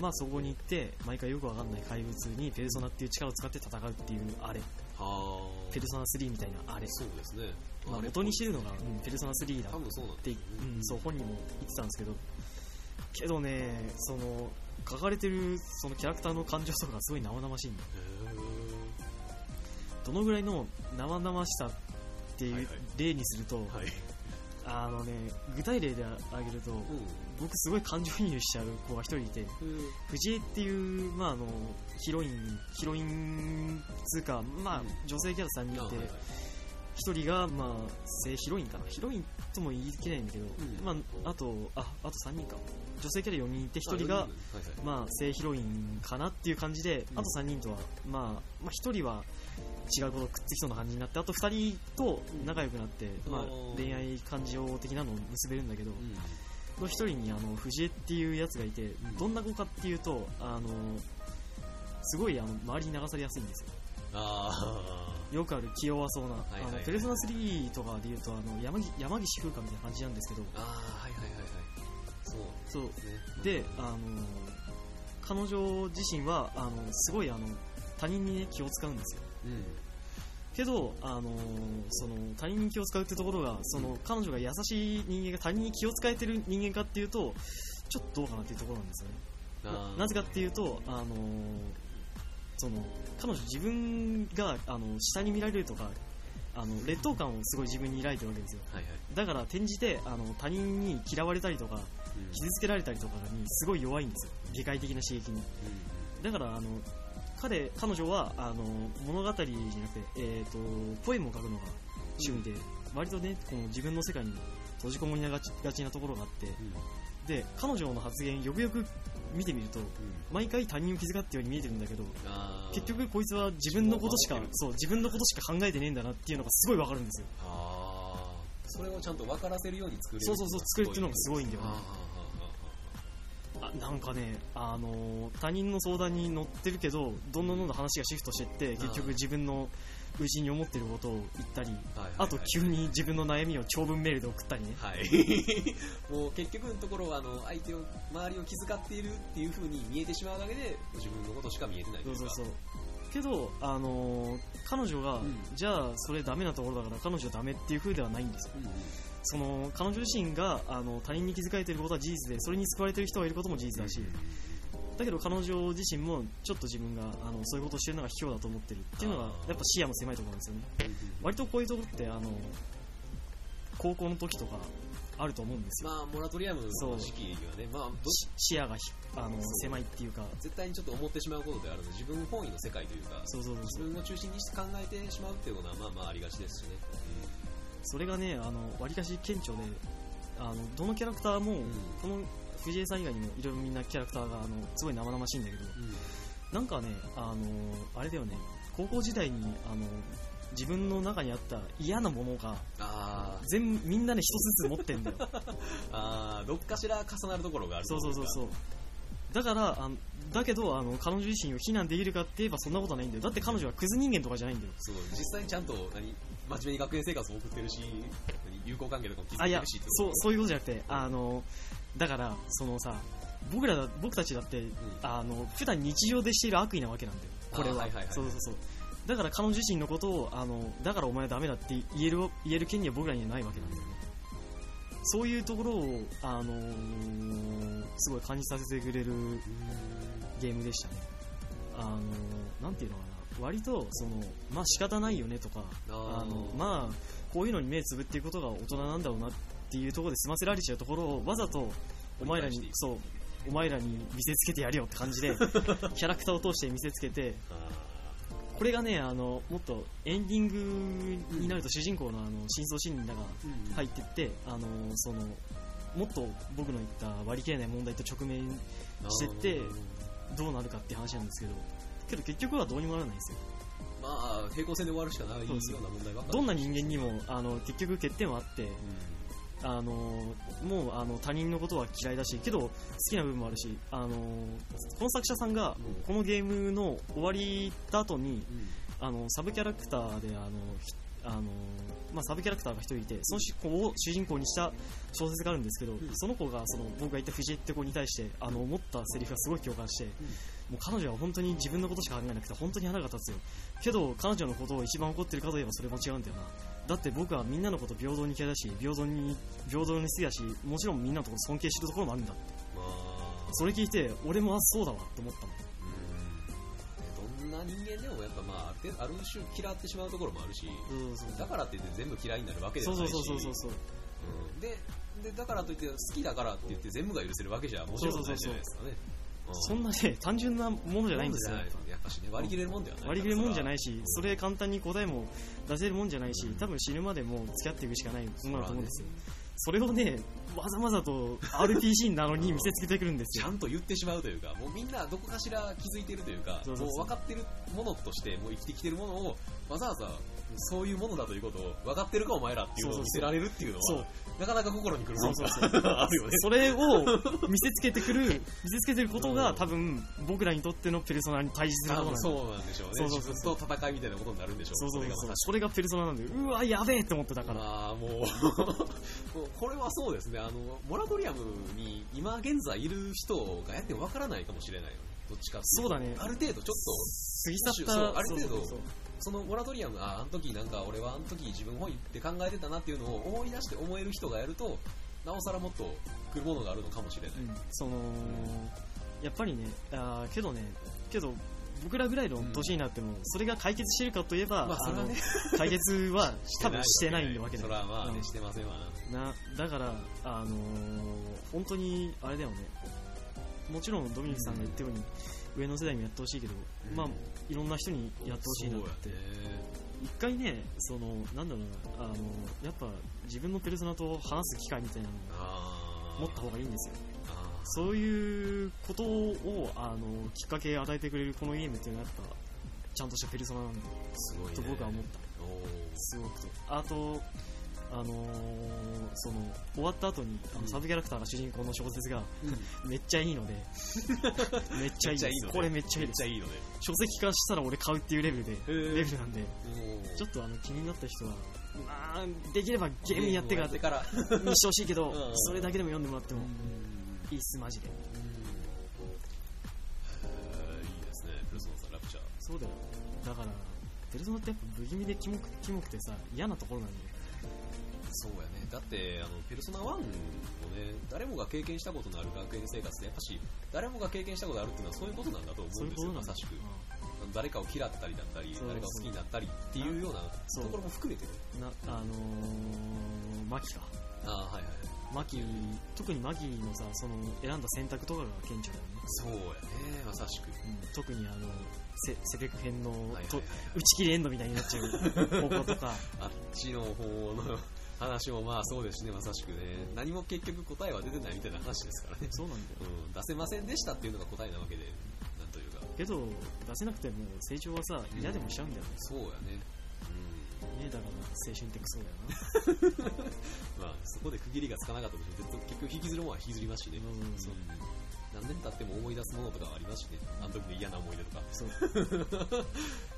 Speaker 2: まあ、そこに行って毎回よくわかんない怪物にペルソナっていう力を使って戦うっていうあれ
Speaker 1: はあ
Speaker 2: ペルソナ3みたいなあれ、
Speaker 1: そうですね
Speaker 2: まあ、
Speaker 1: れ
Speaker 2: 元にしてるのが、うんペルソナ3だっ
Speaker 1: 多分そうなんだ
Speaker 2: て、うん、そう本人も言ってたんですけどけどねその書かれてるそのキャラクターの感情とかがすごい生々しいんだよ
Speaker 1: へえ
Speaker 2: どのぐらいの生々しさってい
Speaker 1: はいうはい
Speaker 2: 例にすると、
Speaker 1: はい
Speaker 2: あのね具体例で挙げると、僕すごい感情移入しちゃう子が一人いて
Speaker 1: うんうん
Speaker 2: 藤井っていう、まあ、あのヒロインヒロインつうか、まあ
Speaker 1: うん
Speaker 2: 女性キャラ3人
Speaker 1: あはいい
Speaker 2: て
Speaker 1: はい
Speaker 2: 一人が、まあ、正ヒロインかなヒロインとも言い切れないんだけど、
Speaker 1: う
Speaker 2: まあ、あとああと3人か女性キャラ4人いて一人が
Speaker 1: あ、はいはい
Speaker 2: まあ、正ヒロインかなっていう感じで、
Speaker 1: うん
Speaker 2: あと3人とは、まあ、まあ、1人は違うことくっつきそうな感じになって、あと2人と仲良くなって、
Speaker 1: うん
Speaker 2: まあ
Speaker 1: あー、
Speaker 2: 恋愛感情的なのを結べるんだけど、
Speaker 1: うん
Speaker 2: その1人にあの藤江っていうやつがいて、
Speaker 1: ん
Speaker 2: どんな子かっていうと、あのすごいあの周りに流されやすいんですよ。
Speaker 1: ああ
Speaker 2: よくある気弱そうな、
Speaker 1: いはいはい
Speaker 2: あのペルソナ3とかでいうとあの山岸山岸風花みたいな感じなんですけど、
Speaker 1: ああはいはいはいはいそう
Speaker 2: そう
Speaker 1: ですね。
Speaker 2: で、あの彼女自身はあのすごいあの他人に、ね、気を使うんですよ
Speaker 1: うん。
Speaker 2: けど、あのその他人に気を使うってところがその彼女が優しい人間が他人に気を使えてる人間かっていうとちょっとどうかなっていうところなんですよね
Speaker 1: あー
Speaker 2: なぜかっていうと、あのその彼女自分が、あの下に見られるとかあの劣等感をすごい自分に抱いてるわけですよ
Speaker 1: はいはい。
Speaker 2: だから転じてあの他人に嫌われたりとか
Speaker 1: うんうん
Speaker 2: 傷つけられたりとかにすごい弱いんですよ外界的な刺激にだからあの彼彼女はあの物語じゃなくて、えー、とポエムを書くのが趣味で、割とねこの自分の世界に閉じこもりながちがちなところがあって
Speaker 1: うん
Speaker 2: で彼女の発言よくよく見てみると
Speaker 1: うん
Speaker 2: 毎回他人を気遣ったように見えてるんだけど
Speaker 1: あー
Speaker 2: 結局こいつは自分のことしか
Speaker 1: 自分を守ってる
Speaker 2: そう自分のことしか考えてねえんだなっていうのがすごいわかるんですよ
Speaker 1: ああそれをちゃんと分からせるように作れる
Speaker 2: そうそうそう作るっていうのがすごいんだ
Speaker 1: あ
Speaker 2: よ
Speaker 1: ー
Speaker 2: ね
Speaker 1: あ
Speaker 2: あなんかね、あのー他人の相談に乗ってるけどどんどんどんどん話がシフトしてって結
Speaker 1: うん
Speaker 2: 局自分の内に思ってることを言ったり
Speaker 1: ーあーあーはいはいはい
Speaker 2: あと急に自分の悩みを長文メールで送ったりね
Speaker 1: はい [laughs] もう結局のところあの相手を周りを気遣っているっていう風に見えてしまうだけで自分のことしか見えてないと
Speaker 2: そ
Speaker 1: いうか
Speaker 2: そうそうけど、あのー彼女が、
Speaker 1: うん
Speaker 2: じゃあそれダメなところだから彼女はダメっていう風ではないんですよ
Speaker 1: うんうん
Speaker 2: その彼女自身があの他人に気遣えてることは事実でそれに救われてる人がいることも事実だし、だけど彼女自身もちょっと自分があのそういうことをしてるのが卑怯だと思ってるっていうのが
Speaker 1: あー
Speaker 2: やっぱ視野の狭いところなんですよね
Speaker 1: うんうん
Speaker 2: 割とこういうとこってあの高校の時とかあると思うんですよ、
Speaker 1: まあモラトリアムの時期はねまあど
Speaker 2: し視野がひあの
Speaker 1: そう
Speaker 2: 狭いっていうか
Speaker 1: 絶対にちょっと思ってしまうことであるので自分本位の世界というか
Speaker 2: そうそうそう
Speaker 1: 自
Speaker 2: そう
Speaker 1: 分を中心にして考えてしまうっていうことはまあまあありがちですしね
Speaker 2: それがねあの割かし顕著であのどのキャラクターも、
Speaker 1: うん
Speaker 2: この藤井さん以外にもいろいろみんなキャラクターがあのすごい生々しいんだけど
Speaker 1: うん
Speaker 2: なんかねあのあれだよね高校時代にあの自分の中にあった嫌なものが
Speaker 1: あー
Speaker 2: 全部みんなね一つずつ持ってんだよ
Speaker 1: あーどっかしら重なるところがある
Speaker 2: そうそうそうそううだからあのだけどあの彼女自身を非難できるかって言えばそんなことはないんだよだって彼女はクズ人間とかじゃないんだよ
Speaker 1: そう実際にちゃんと何真面目に学園生活を送ってるし何友好関係とかも築
Speaker 2: あ
Speaker 1: い
Speaker 2: い
Speaker 1: て
Speaker 2: や
Speaker 1: るしってこと
Speaker 2: そうそういうことじゃなくてあのだからそのさ僕らだ僕たちだって
Speaker 1: うん
Speaker 2: あの普段日常でしている悪意なわけなんだよこれは,、
Speaker 1: あはいはいはい
Speaker 2: そうそうそうだから彼女自身のことをあのだからお前はダメだって言える言える権利は僕らにはないわけなんだよねそういうところを、あのーすごい感じさせてくれるゲームでしたね。あのなんていうのかな、割とその、まあ仕方ないよねとか、
Speaker 1: あー
Speaker 2: あのまあ、こういうのに目つぶっていくことが大人なんだろうなっていうところで済ませられちゃうところを、わざとお前ら
Speaker 1: 折り返して
Speaker 2: に
Speaker 1: い、く
Speaker 2: そう、お前らに見せつけてやるよって感じで、キャラクターを通して見せつけて、
Speaker 1: あ
Speaker 2: これがね、あのもっとエンディングになると主人公のあの真相心理だが
Speaker 1: ー
Speaker 2: 入ってって、あのその、もっと僕の言った割り切れない問題と直面してって
Speaker 1: あー
Speaker 2: どうなるかって話なんですけどけど結局はどうにもならないんですよ
Speaker 1: まあ平行線で終わるしかないよ
Speaker 2: そうそう
Speaker 1: うな問題ばっかり
Speaker 2: どんな人間にもあの結局欠点はあって
Speaker 1: う
Speaker 2: あのもうあの他人のことは嫌いだしけど好きな部分もあるしあのこの作者さんが
Speaker 1: うん
Speaker 2: このゲームの終わりた後に
Speaker 1: んうん
Speaker 2: あのサブキャラクターであのひあのまあ、サブキャラクターが一人いてその子を主人公にした小説があるんですけど、
Speaker 1: ん
Speaker 2: その子がその僕が言った藤井って子に対してあの思ったセリフがすごい共感して、もう彼女は本当に自分のことしか考えなくて本当に腹が立つよけど彼女のことを一番怒ってるかといえばそれも違うんだよなだって僕はみんなのこと平等に嫌いだし平等に平等に好きだしもちろんみんなのこと尊敬してるところもあるんだ
Speaker 1: まあ
Speaker 2: それ聞いて俺もあそうだわって思ったの
Speaker 1: うんどんな人間でもやっぱまあある程度ある種嫌ってしまうところもあるし
Speaker 2: そうそう
Speaker 1: だからって言って全部嫌いになるわけで
Speaker 2: そ
Speaker 1: は
Speaker 2: う
Speaker 1: ないし
Speaker 2: そうそうそうそう
Speaker 1: うんででだからといって好きだからって言って全部が許せるわけじゃもちろんないじゃないですかね
Speaker 2: そ
Speaker 1: うん
Speaker 2: なね単純なものじゃないんですよ
Speaker 1: やっぱしね割り切れるもんではない
Speaker 2: 割り切れるもんじゃないいしそれ簡単に答えも出せるもんじゃないし多分死ぬまでも付き合っていくしかないものだと思うんですよそれをねわざわざと RPG なのに見せつけてくるんです
Speaker 1: ち
Speaker 2: よ
Speaker 1: ゃんと言ってしまうというかもうみんなどこかしら気づいてるというか
Speaker 2: そうそうそう
Speaker 1: もう分かってるものとしてもう生きてきてるものをわざわざそういうものだということを分かってるかお前らっていうのを
Speaker 2: そうそ
Speaker 1: 見せ
Speaker 2: うそう
Speaker 1: られるっていうのは
Speaker 2: そう
Speaker 1: なかなか心にくる
Speaker 2: そ
Speaker 1: も
Speaker 2: うんそ
Speaker 1: が
Speaker 2: うそ
Speaker 1: [laughs]
Speaker 2: う
Speaker 1: あるよね
Speaker 2: それを見せつけてくる、見せつけてること
Speaker 1: う
Speaker 2: が
Speaker 1: ん
Speaker 2: 多分僕らにとってのペルソナに対峙する
Speaker 1: 多
Speaker 2: ことなん
Speaker 1: 分
Speaker 2: だ。
Speaker 1: そうなんでしょうね
Speaker 2: そうそうそう
Speaker 1: 自分と戦いみたいなことになるんでしょ
Speaker 2: そうそうそう
Speaker 1: れがま
Speaker 2: そう。
Speaker 1: た
Speaker 2: それがペルソナなんで、うわ、やべえって思ってたから。
Speaker 1: ああもうもうこれはそうですね、あの、モラトリアムに今現在いる人がやってもわからないかもしれないよね。どっちかってい
Speaker 2: そうだね
Speaker 1: ある程度ちょっと、
Speaker 2: 過ぎ去った
Speaker 1: そうある程度
Speaker 2: そうそう
Speaker 1: そのモラトリアム、あ、あの時なんか俺はあの時自分本位って考えてたなっていうのを思い出して思える人がやると、なおさらもっと来るものがあるのかもしれない。
Speaker 2: うんそのやっぱりねあーけどねけど僕らぐらいの年になっても、それが解決してるかといえば、
Speaker 1: まあそれは [laughs] ね
Speaker 2: の解決
Speaker 1: [laughs]
Speaker 2: は多分してないわけだ
Speaker 1: それはまあね、
Speaker 2: うん
Speaker 1: してませんわな。
Speaker 2: なだから、あのー本当にあれだよねもちろんドミニクさんが言ったように、上の世代にもやってほしいけど、
Speaker 1: うん
Speaker 2: まあいろんな人にやってほしいなって、
Speaker 1: そうやね
Speaker 2: 一回ねそのなんだろうな、あのやっぱ自分のペルソナと話す機会みたいなの
Speaker 1: あー
Speaker 2: を持った方がいいんですよ
Speaker 1: あー
Speaker 2: そういうことをあのきっかけ与えてくれるこのゲームっていうのはやっぱちゃんとしたペルソナなんだ
Speaker 1: すごいね。
Speaker 2: と僕は思った
Speaker 1: お
Speaker 2: すごくとあとあのーその終わった後にあ
Speaker 1: う
Speaker 2: の
Speaker 1: ん
Speaker 2: サブキャラクターが主人公の小説が
Speaker 1: ー
Speaker 2: めっちゃいいのでめっちゃ
Speaker 1: めっちゃい
Speaker 2: いい
Speaker 1: い
Speaker 2: です
Speaker 1: ので
Speaker 2: これめっちゃ
Speaker 1: め
Speaker 2: い
Speaker 1: っ
Speaker 2: いで
Speaker 1: ち
Speaker 2: す
Speaker 1: ゃいいのね。
Speaker 2: 書籍化したら俺買うっていうレベルで
Speaker 1: へー
Speaker 2: レベルなんで
Speaker 1: おー
Speaker 2: ちょっとあの気になった人はまあできればゲームやってから
Speaker 1: ゲ
Speaker 2: に
Speaker 1: ームやってから。
Speaker 2: してほしいけど
Speaker 1: うん
Speaker 2: それだけでも読んでもらっても
Speaker 1: うん
Speaker 2: いいっすマジで
Speaker 1: うんへーいいですね、プルソンさん、ラプチャー。
Speaker 2: そうだよだからペルソナってやっぱ不気味でキモくキモくてさ嫌なところなんで
Speaker 1: そうやね、だって、あのペルソナ1をね、誰もが経験したことのある学園生活で、やっぱし、誰もが経験したことあるっていうのはそういうことなんだと思
Speaker 2: そううんいう
Speaker 1: ですよ、
Speaker 2: ことなん
Speaker 1: ま
Speaker 2: だ
Speaker 1: さしく。
Speaker 2: う
Speaker 1: 誰かを嫌ったりだったり、
Speaker 2: そう
Speaker 1: 誰かを好きになったりっていうような
Speaker 2: そう
Speaker 1: ところも含めてね。
Speaker 2: んなあのー、マキか
Speaker 1: ああ、はいはい。
Speaker 2: マキ特にマキのさその選んだ選択とかが顕著だよ
Speaker 1: そうやね、まさしく。
Speaker 2: ね、うん、特にあのセセペク編の、
Speaker 1: はいはい
Speaker 2: と
Speaker 1: はい、
Speaker 2: 打ち切りエンドみたいになっちゃう方向とか
Speaker 1: あっちの方の話もまあそうですしね、まさしくね。何も結局答えは出てないみたいな話ですからね。
Speaker 2: [laughs] そうなんだよ
Speaker 1: うん、出せませんでしたっていうのが答えなわけで、なんというか。
Speaker 2: けど出せなくても成長はさ嫌でもしちゃうんだよね,、
Speaker 1: そうやね。
Speaker 2: ねだから青春ってクソだよな
Speaker 1: うん。まあ、そこで区切りがつかなかったとして、ずっと結局引きずるもんは引きずりますしね。
Speaker 2: うんうんうん
Speaker 1: そう。何年経っても思い出すものとかはありますしね。あの時の嫌な思い出とか。
Speaker 2: そう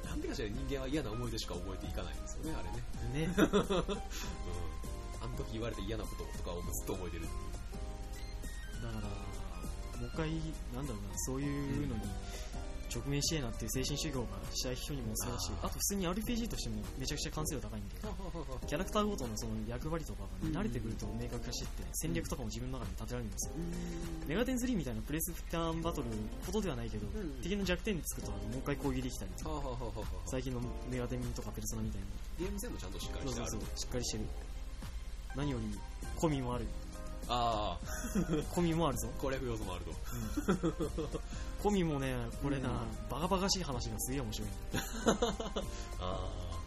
Speaker 1: なんでかしら人間は嫌な思い出しか覚えていかないんですよね、あれね。[laughs]
Speaker 2: [laughs] ね
Speaker 1: うん。あの時言われた嫌なこととかをずっと覚
Speaker 2: [laughs]
Speaker 1: えてる。
Speaker 2: だから、もう一回、なんだろうな、そういうのに直面してえなっていう精神修行がしたい人にもおすすめだし、
Speaker 1: あー
Speaker 2: あと普通に RPG としてもめちゃくちゃ完成度高いんで、キャラクターごとのその役割とかがね、
Speaker 1: うん
Speaker 2: 慣れてくると明確化してって、戦略とかも自分の中に立てられるんですよ。メガテン3みたいなプレスフターンバトルほどではないけど、
Speaker 1: うん
Speaker 2: 敵の弱点につくともう一回攻撃できたりとか、
Speaker 1: はあはあはあはあはあ
Speaker 2: 最近のメガテンとかペルソナみたいに、
Speaker 1: ゲーム全部ちゃんとしっかり
Speaker 2: そう
Speaker 1: して
Speaker 2: そ
Speaker 1: あ
Speaker 2: う
Speaker 1: る
Speaker 2: そう、しっかりしてる。何より、コミもある。
Speaker 1: ああ
Speaker 2: コミもあるぞ。
Speaker 1: 攻略要素もあると
Speaker 2: コミもね、これな、
Speaker 1: うん
Speaker 2: バカバカしい話がすげえ面白い。
Speaker 1: ああ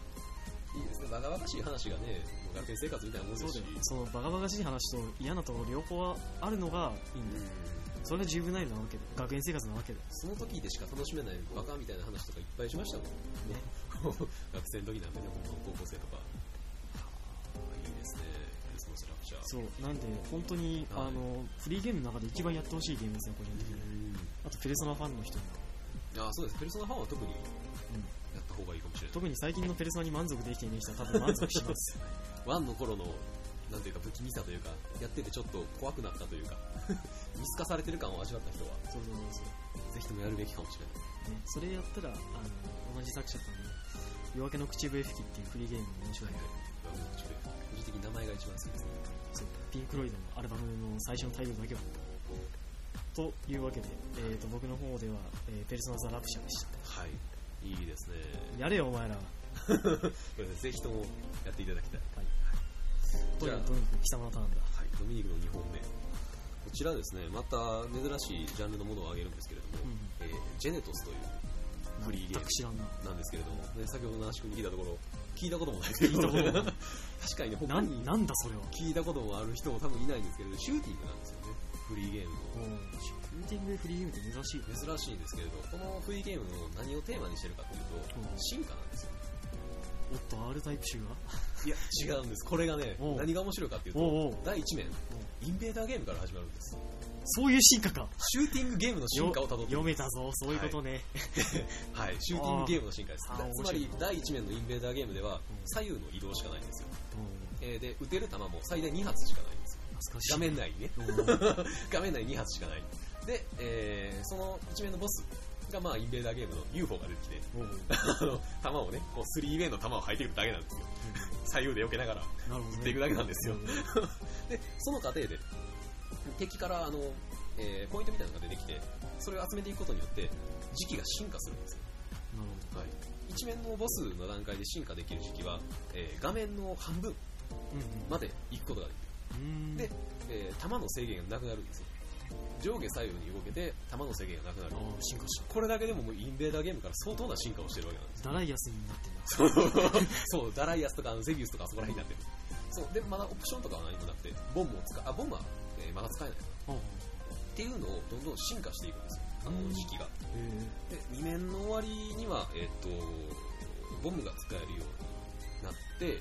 Speaker 1: いいですねバカバカしい話がねもう学園生活みたいなもんで
Speaker 2: そう
Speaker 1: す
Speaker 2: だ
Speaker 1: し
Speaker 2: よ。そのバカバカしい話と嫌なところ両方あるのがいいんだよ。
Speaker 1: うん
Speaker 2: それが十分ないなわけで。学園生活なわけで。
Speaker 1: その時でしか楽しめないバカみたいな話とかいっぱいしましたもんね学生の時なんでね本当高校生とかいいですねクリスマスラプチャー
Speaker 2: そう。なんで、本当に、
Speaker 1: はい
Speaker 2: あの、フリーゲームの中で一番やってほしいゲームですね、個人的に。
Speaker 1: う
Speaker 2: あと、ペルソナファンの人には。
Speaker 1: んああそうですペルソナファンは特にや
Speaker 2: うん
Speaker 1: った方がいいかもしれない
Speaker 2: 特に最近のペルソナに満足できていない人は多分満足 [laughs] します。
Speaker 1: ワンの頃の、なんていうか、不気味さというか、やっててちょっと怖くなったというか、見透かされてる感を味わった人は、
Speaker 2: そうそうそうそう。
Speaker 1: ぜひともやるべきかもしれない。
Speaker 2: ね、それやったら、あの、同じ作者との、夜明けの口笛吹きっていうフリーゲームも面白いので、
Speaker 1: ワンの口笛個人的に名前が一番好きですね。
Speaker 2: そうピンク・ロイドのアルバムの最初のタイトルだけは。というわけで、えー、と僕の方では、えーペルソナ・ザ・ラプシャーでした。
Speaker 1: はい。いいですね。
Speaker 2: やれよ、お前ら。
Speaker 1: これねぜひともやっていただきたい。
Speaker 2: はい。
Speaker 1: じ
Speaker 2: と
Speaker 1: ゃ
Speaker 2: に
Speaker 1: あ
Speaker 2: かく、とにかく貴様のターンだ。
Speaker 1: はい、ドミニクの2本目。こちらですね、また珍しいジャンルのものを挙げるんですけれども、
Speaker 2: うん
Speaker 1: えージェネトスという、フリーゲーム
Speaker 2: 全く知らんな。
Speaker 1: なんですけれども、ね、先ほどの話君に聞いたところ、聞いたこともない
Speaker 2: 聞いたこともない
Speaker 1: [laughs] 確かにね、他
Speaker 2: な
Speaker 1: に
Speaker 2: ん、なんだそれは。
Speaker 1: 聞いたこともある人も多分いないんですけれど、シューティングなんですよね。フリーゲーム
Speaker 2: も
Speaker 1: の。
Speaker 2: う、シューティングでフリーゲームって珍しいよね。
Speaker 1: 珍しいんですけれど、このフリーゲームの何をテーマにしてるかというと、
Speaker 2: うん
Speaker 1: 進化なんですよ。
Speaker 2: おっと、R タイプ集が
Speaker 1: いや、違うんです。これがね
Speaker 2: おう、
Speaker 1: 何が面白いかっていう
Speaker 2: お
Speaker 1: と、
Speaker 2: うおう
Speaker 1: 第1面、インベーダーゲームから始まるんです。
Speaker 2: そういう進化か。
Speaker 1: シューティングゲームの進化をたどってい
Speaker 2: 読
Speaker 1: る
Speaker 2: めたぞ、そういうことね。
Speaker 1: はい、シューティングゲームの進化です
Speaker 2: あーあー。
Speaker 1: つま
Speaker 2: 面
Speaker 1: り
Speaker 2: 白い、
Speaker 1: 第1面のインベーダーゲームでは
Speaker 2: うん、
Speaker 1: 左右の移動しかないんですよ。
Speaker 2: うん
Speaker 1: えーで、撃てる球も最大2発しかないんですよ。
Speaker 2: 懐かしい。
Speaker 1: 画面内にね。
Speaker 2: うん。
Speaker 1: 画面内2発しかない。で、えーその一面のボスが、まあ、インベーダーゲームの UFO が出てきて、 [laughs]
Speaker 2: おううん
Speaker 1: あの、弾をね、こう、3ウェイの弾を吐いていくだけなんですよ。左右で避けながら、
Speaker 2: なるほどね。
Speaker 1: 撃っていくだけなんですよ
Speaker 2: う。
Speaker 1: で、その過程で、敵から、あの、えーポイントみたいなのが出てきて、それを集めていくことによって、時期が進化するんですよ。
Speaker 2: なる
Speaker 1: はい。一面のボスの段階で進化できる時期は、えー画面の半分
Speaker 2: ほど。うん。
Speaker 1: まで行くことがで
Speaker 2: うん。
Speaker 1: できる。えー弾の制限がなくなるんですよ。上下左右に動けて、弾の制限がなくなる
Speaker 2: あ。ー進化し
Speaker 1: これだけでももうインベーダーゲームから相当な進化をしてるわけなん
Speaker 2: [laughs]
Speaker 1: ですよ
Speaker 2: た。だらい休みになってんだ。
Speaker 1: そう、そうダライアスとかあのゼビウスとかあそこら辺になってる。そう、で、まだオプションとかは何もなくて、ボンも使う、あ、ボンは、えーまだ使えない。っ
Speaker 2: おう
Speaker 1: ていうのをどんどん進化していくんですよ。あ
Speaker 2: う
Speaker 1: の
Speaker 2: ん
Speaker 1: 時期が。
Speaker 2: へ
Speaker 1: で、2面の終わりには、えーっ、と、ボムが使えるようになって、
Speaker 2: えうん。
Speaker 1: え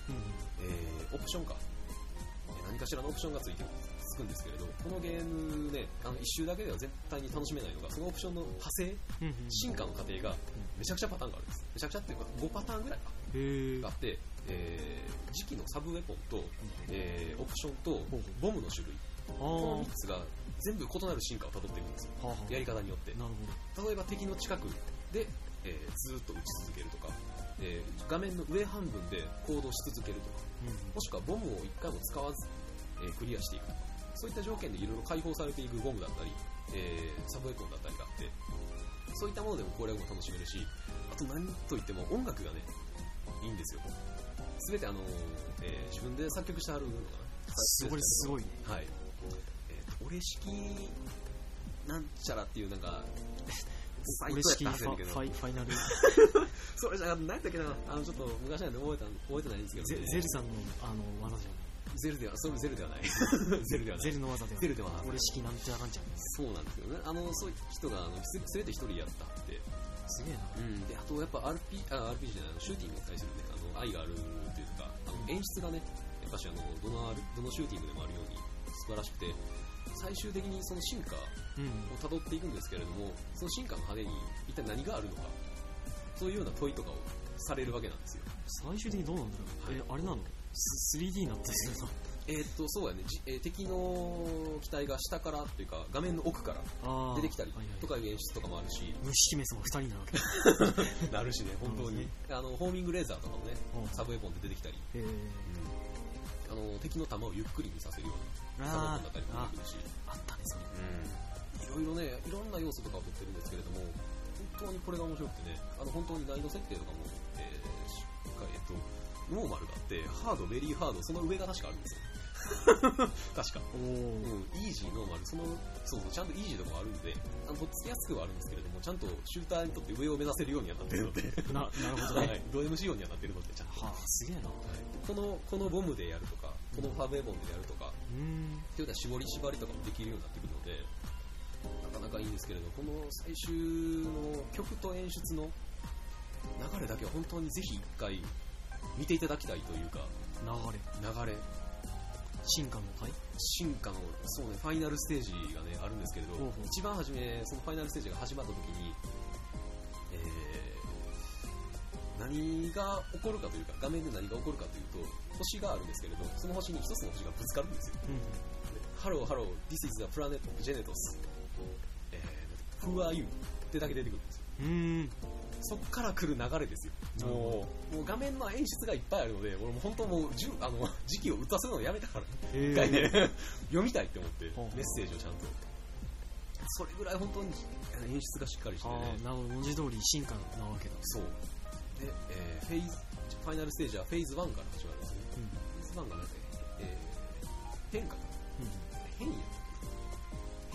Speaker 1: ーオプションか。えー何かしらのオプションがついてつくんですけれど、このゲームね、あの、一周だけでは絶対に楽しめないのが、そのオプションの派生、
Speaker 2: うんうん
Speaker 1: 進化の過程が、めちゃくちゃパターンがあるんです。めちゃくちゃっていうか、5パターンぐらいか。
Speaker 2: へぇ
Speaker 1: があって、えー時期のサブウェポンと、えーオプションと
Speaker 2: ほう
Speaker 1: ボムの種類
Speaker 2: あー
Speaker 1: こ
Speaker 2: は
Speaker 1: の3つが全部異なる進化をたどっていくんですよ
Speaker 2: あはあ
Speaker 1: やり方によって
Speaker 2: なる
Speaker 1: 例えば敵の近くで、えーずーっと撃ち続けるとか、えー画面の上半分で行動し続けるとかもしくはボムを1回も使わず、えークリアしていくとかそういった条件でいろいろ解放されていくゴムだったり、えーサブウェポンだったりがあってそういったものでも攻略も楽しめるしあと何といっても音楽がねいいんですよ全てあのー、えー自分で作曲してはるのかな
Speaker 2: すごいすごいね
Speaker 1: はい、えーと俺式なんちゃらっていうなんかサイト
Speaker 2: 俺式
Speaker 1: や
Speaker 2: フ
Speaker 1: ったはずやね
Speaker 2: ァ
Speaker 1: ん
Speaker 2: ファイファイナル
Speaker 1: [laughs] それじゃ何だっけなあのちょっと昔なんで覚えた覚えてないんですけど、
Speaker 2: ゼゼルさんのあの技じ
Speaker 1: ゼルでは、それもゼルではない。ゼルで
Speaker 2: ゃ
Speaker 1: は
Speaker 2: ん
Speaker 1: な
Speaker 2: ゼ
Speaker 1: い。
Speaker 2: ルの技では
Speaker 1: ゼルではない
Speaker 2: 俺式なんちゃらかんちゃん
Speaker 1: そうなんですよね。あの、そういう人が、あの、すすべて一人やったって。
Speaker 2: すげえな
Speaker 1: うん。で、あと、やっぱ RP、あ、RPG じゃない、シューティングに対するね、あの、愛があるというか、あの、演出がね、やっぱし、あの、どの R、どのシューティングでもあるように素晴らしくて、最終的にその進化を
Speaker 2: うん
Speaker 1: 辿っていくんですけれども、その進化の派手に一体何があるのか、そういうような問いとかをされるわけなんですよ。
Speaker 2: 最終的にどうなんだろうえあれなのす 3D になったりする
Speaker 1: [laughs]
Speaker 2: の
Speaker 1: えーっと、そうやね、じえー敵の機体が下からっていうか、画面の奥から
Speaker 2: あー
Speaker 1: 出てきたり
Speaker 2: はいはい
Speaker 1: とかいう演出とかもあるし、
Speaker 2: 虫姫様2人になる
Speaker 1: [laughs]
Speaker 2: わけ
Speaker 1: なるし
Speaker 2: [laughs]
Speaker 1: ね、本当に。あの、ホーミングレーザーとかもね、
Speaker 2: うん
Speaker 1: サブウェポンで出てきたり、
Speaker 2: へえ
Speaker 1: あの、敵の弾をゆっくり見させるようなサブウェポ
Speaker 2: あ
Speaker 1: ンだったり
Speaker 2: ー
Speaker 1: も
Speaker 2: あ
Speaker 1: できるし、
Speaker 2: あったねそ
Speaker 1: いろ
Speaker 2: れ
Speaker 1: いろね、いろんな要素とかを取ってるんですけれども、本当にこれが面白くてね、あの、本当に難易度設定とかも、えーしっかり、えっと、ノーマルがあって、ハード、ベリーハード、その上が確かあるんですよ。
Speaker 2: [laughs]
Speaker 1: 確か。
Speaker 2: お
Speaker 1: う
Speaker 2: お
Speaker 1: ん、イージー、ノーマル、その、そうそう、ちゃんとイージーとかもあるんで、あの、とっつきやすくはあるんですけれども、ちゃんとシューターにとって上を目指せるようにはなって
Speaker 2: [laughs]
Speaker 1: るので、
Speaker 2: ななるほ
Speaker 1: [laughs]
Speaker 2: ど
Speaker 1: は
Speaker 2: ね
Speaker 1: い、ド M 仕様にはなってるので、ちゃんと。
Speaker 2: はあすげえなう
Speaker 1: この、このボムでやるとか、このファーウェイボムでやるとか、
Speaker 2: ーん
Speaker 1: っていうのは絞り縛りとかもできるようになってくるので、なかなかいいんですけれど、この最終の曲と演出の流れだけは本当にぜひ一回見ていただきたいというか、
Speaker 2: 流れ
Speaker 1: 流れ、
Speaker 2: 進化の回
Speaker 1: 進化の、そうね、ファイナルステージがね、あるんですけれど
Speaker 2: ほうほう、
Speaker 1: 一番初め、そのファイナルステージが始まった時に、えー、何が起こるかというか、画面で何が起こるかというと、星があるんですけれど、その星に一つの星がぶつかるんですよ。
Speaker 2: うん
Speaker 1: ハローハロー、This is the planet of Genetos. えー、Who are you? ってだけ出てくるんですよ。
Speaker 2: うーん
Speaker 1: そっから来る流れですよ。もう、もう画面の演出がいっぱいあるので、俺もう本当もう、じゅあの、 [laughs] 時期を打たせるのやめたから、一回ね、 [laughs] 読みたいって思って
Speaker 2: ほうほ、う
Speaker 1: メッセージをちゃんと。それぐらい本当にあの演出がしっかりして
Speaker 2: あ
Speaker 1: ね。
Speaker 2: あなるほど文字通り進化なわけだ、
Speaker 1: そう。で、えーフェーズ、ファイナルステージはフェーズ1から始まるんですね。
Speaker 2: うん
Speaker 1: フェーズ1がなんか、えー、変化。変異やった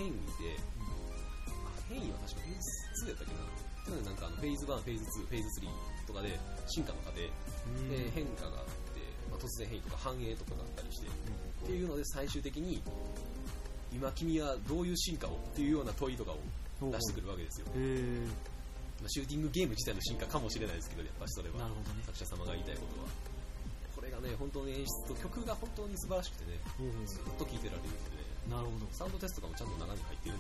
Speaker 1: っけ変異で、あ変異は確かフェーズ2やったっけな。っていうのでなんかあのフェーズ1、フェーズ2、フェーズ3とかで進化の過程、で
Speaker 2: うんうん
Speaker 1: 変化があって、まあ、突然変異とか反映とかがあったりして、っていうので最終的に今君はどういう進化をっていうような問いとかを
Speaker 2: うん
Speaker 1: 出してくるわけですよ、
Speaker 2: へえ
Speaker 1: まあ、シューティングゲーム自体の進化かもしれないですけどやっぱしそれ
Speaker 2: な
Speaker 1: は
Speaker 2: るほどね
Speaker 1: 作者様が言いたいことはこれがね、本当に演出と曲が本当に素晴らしくてね、ずっと聴いてられるんでね、
Speaker 2: なるほど。
Speaker 1: サウンドテストとかもちゃんと中に入ってい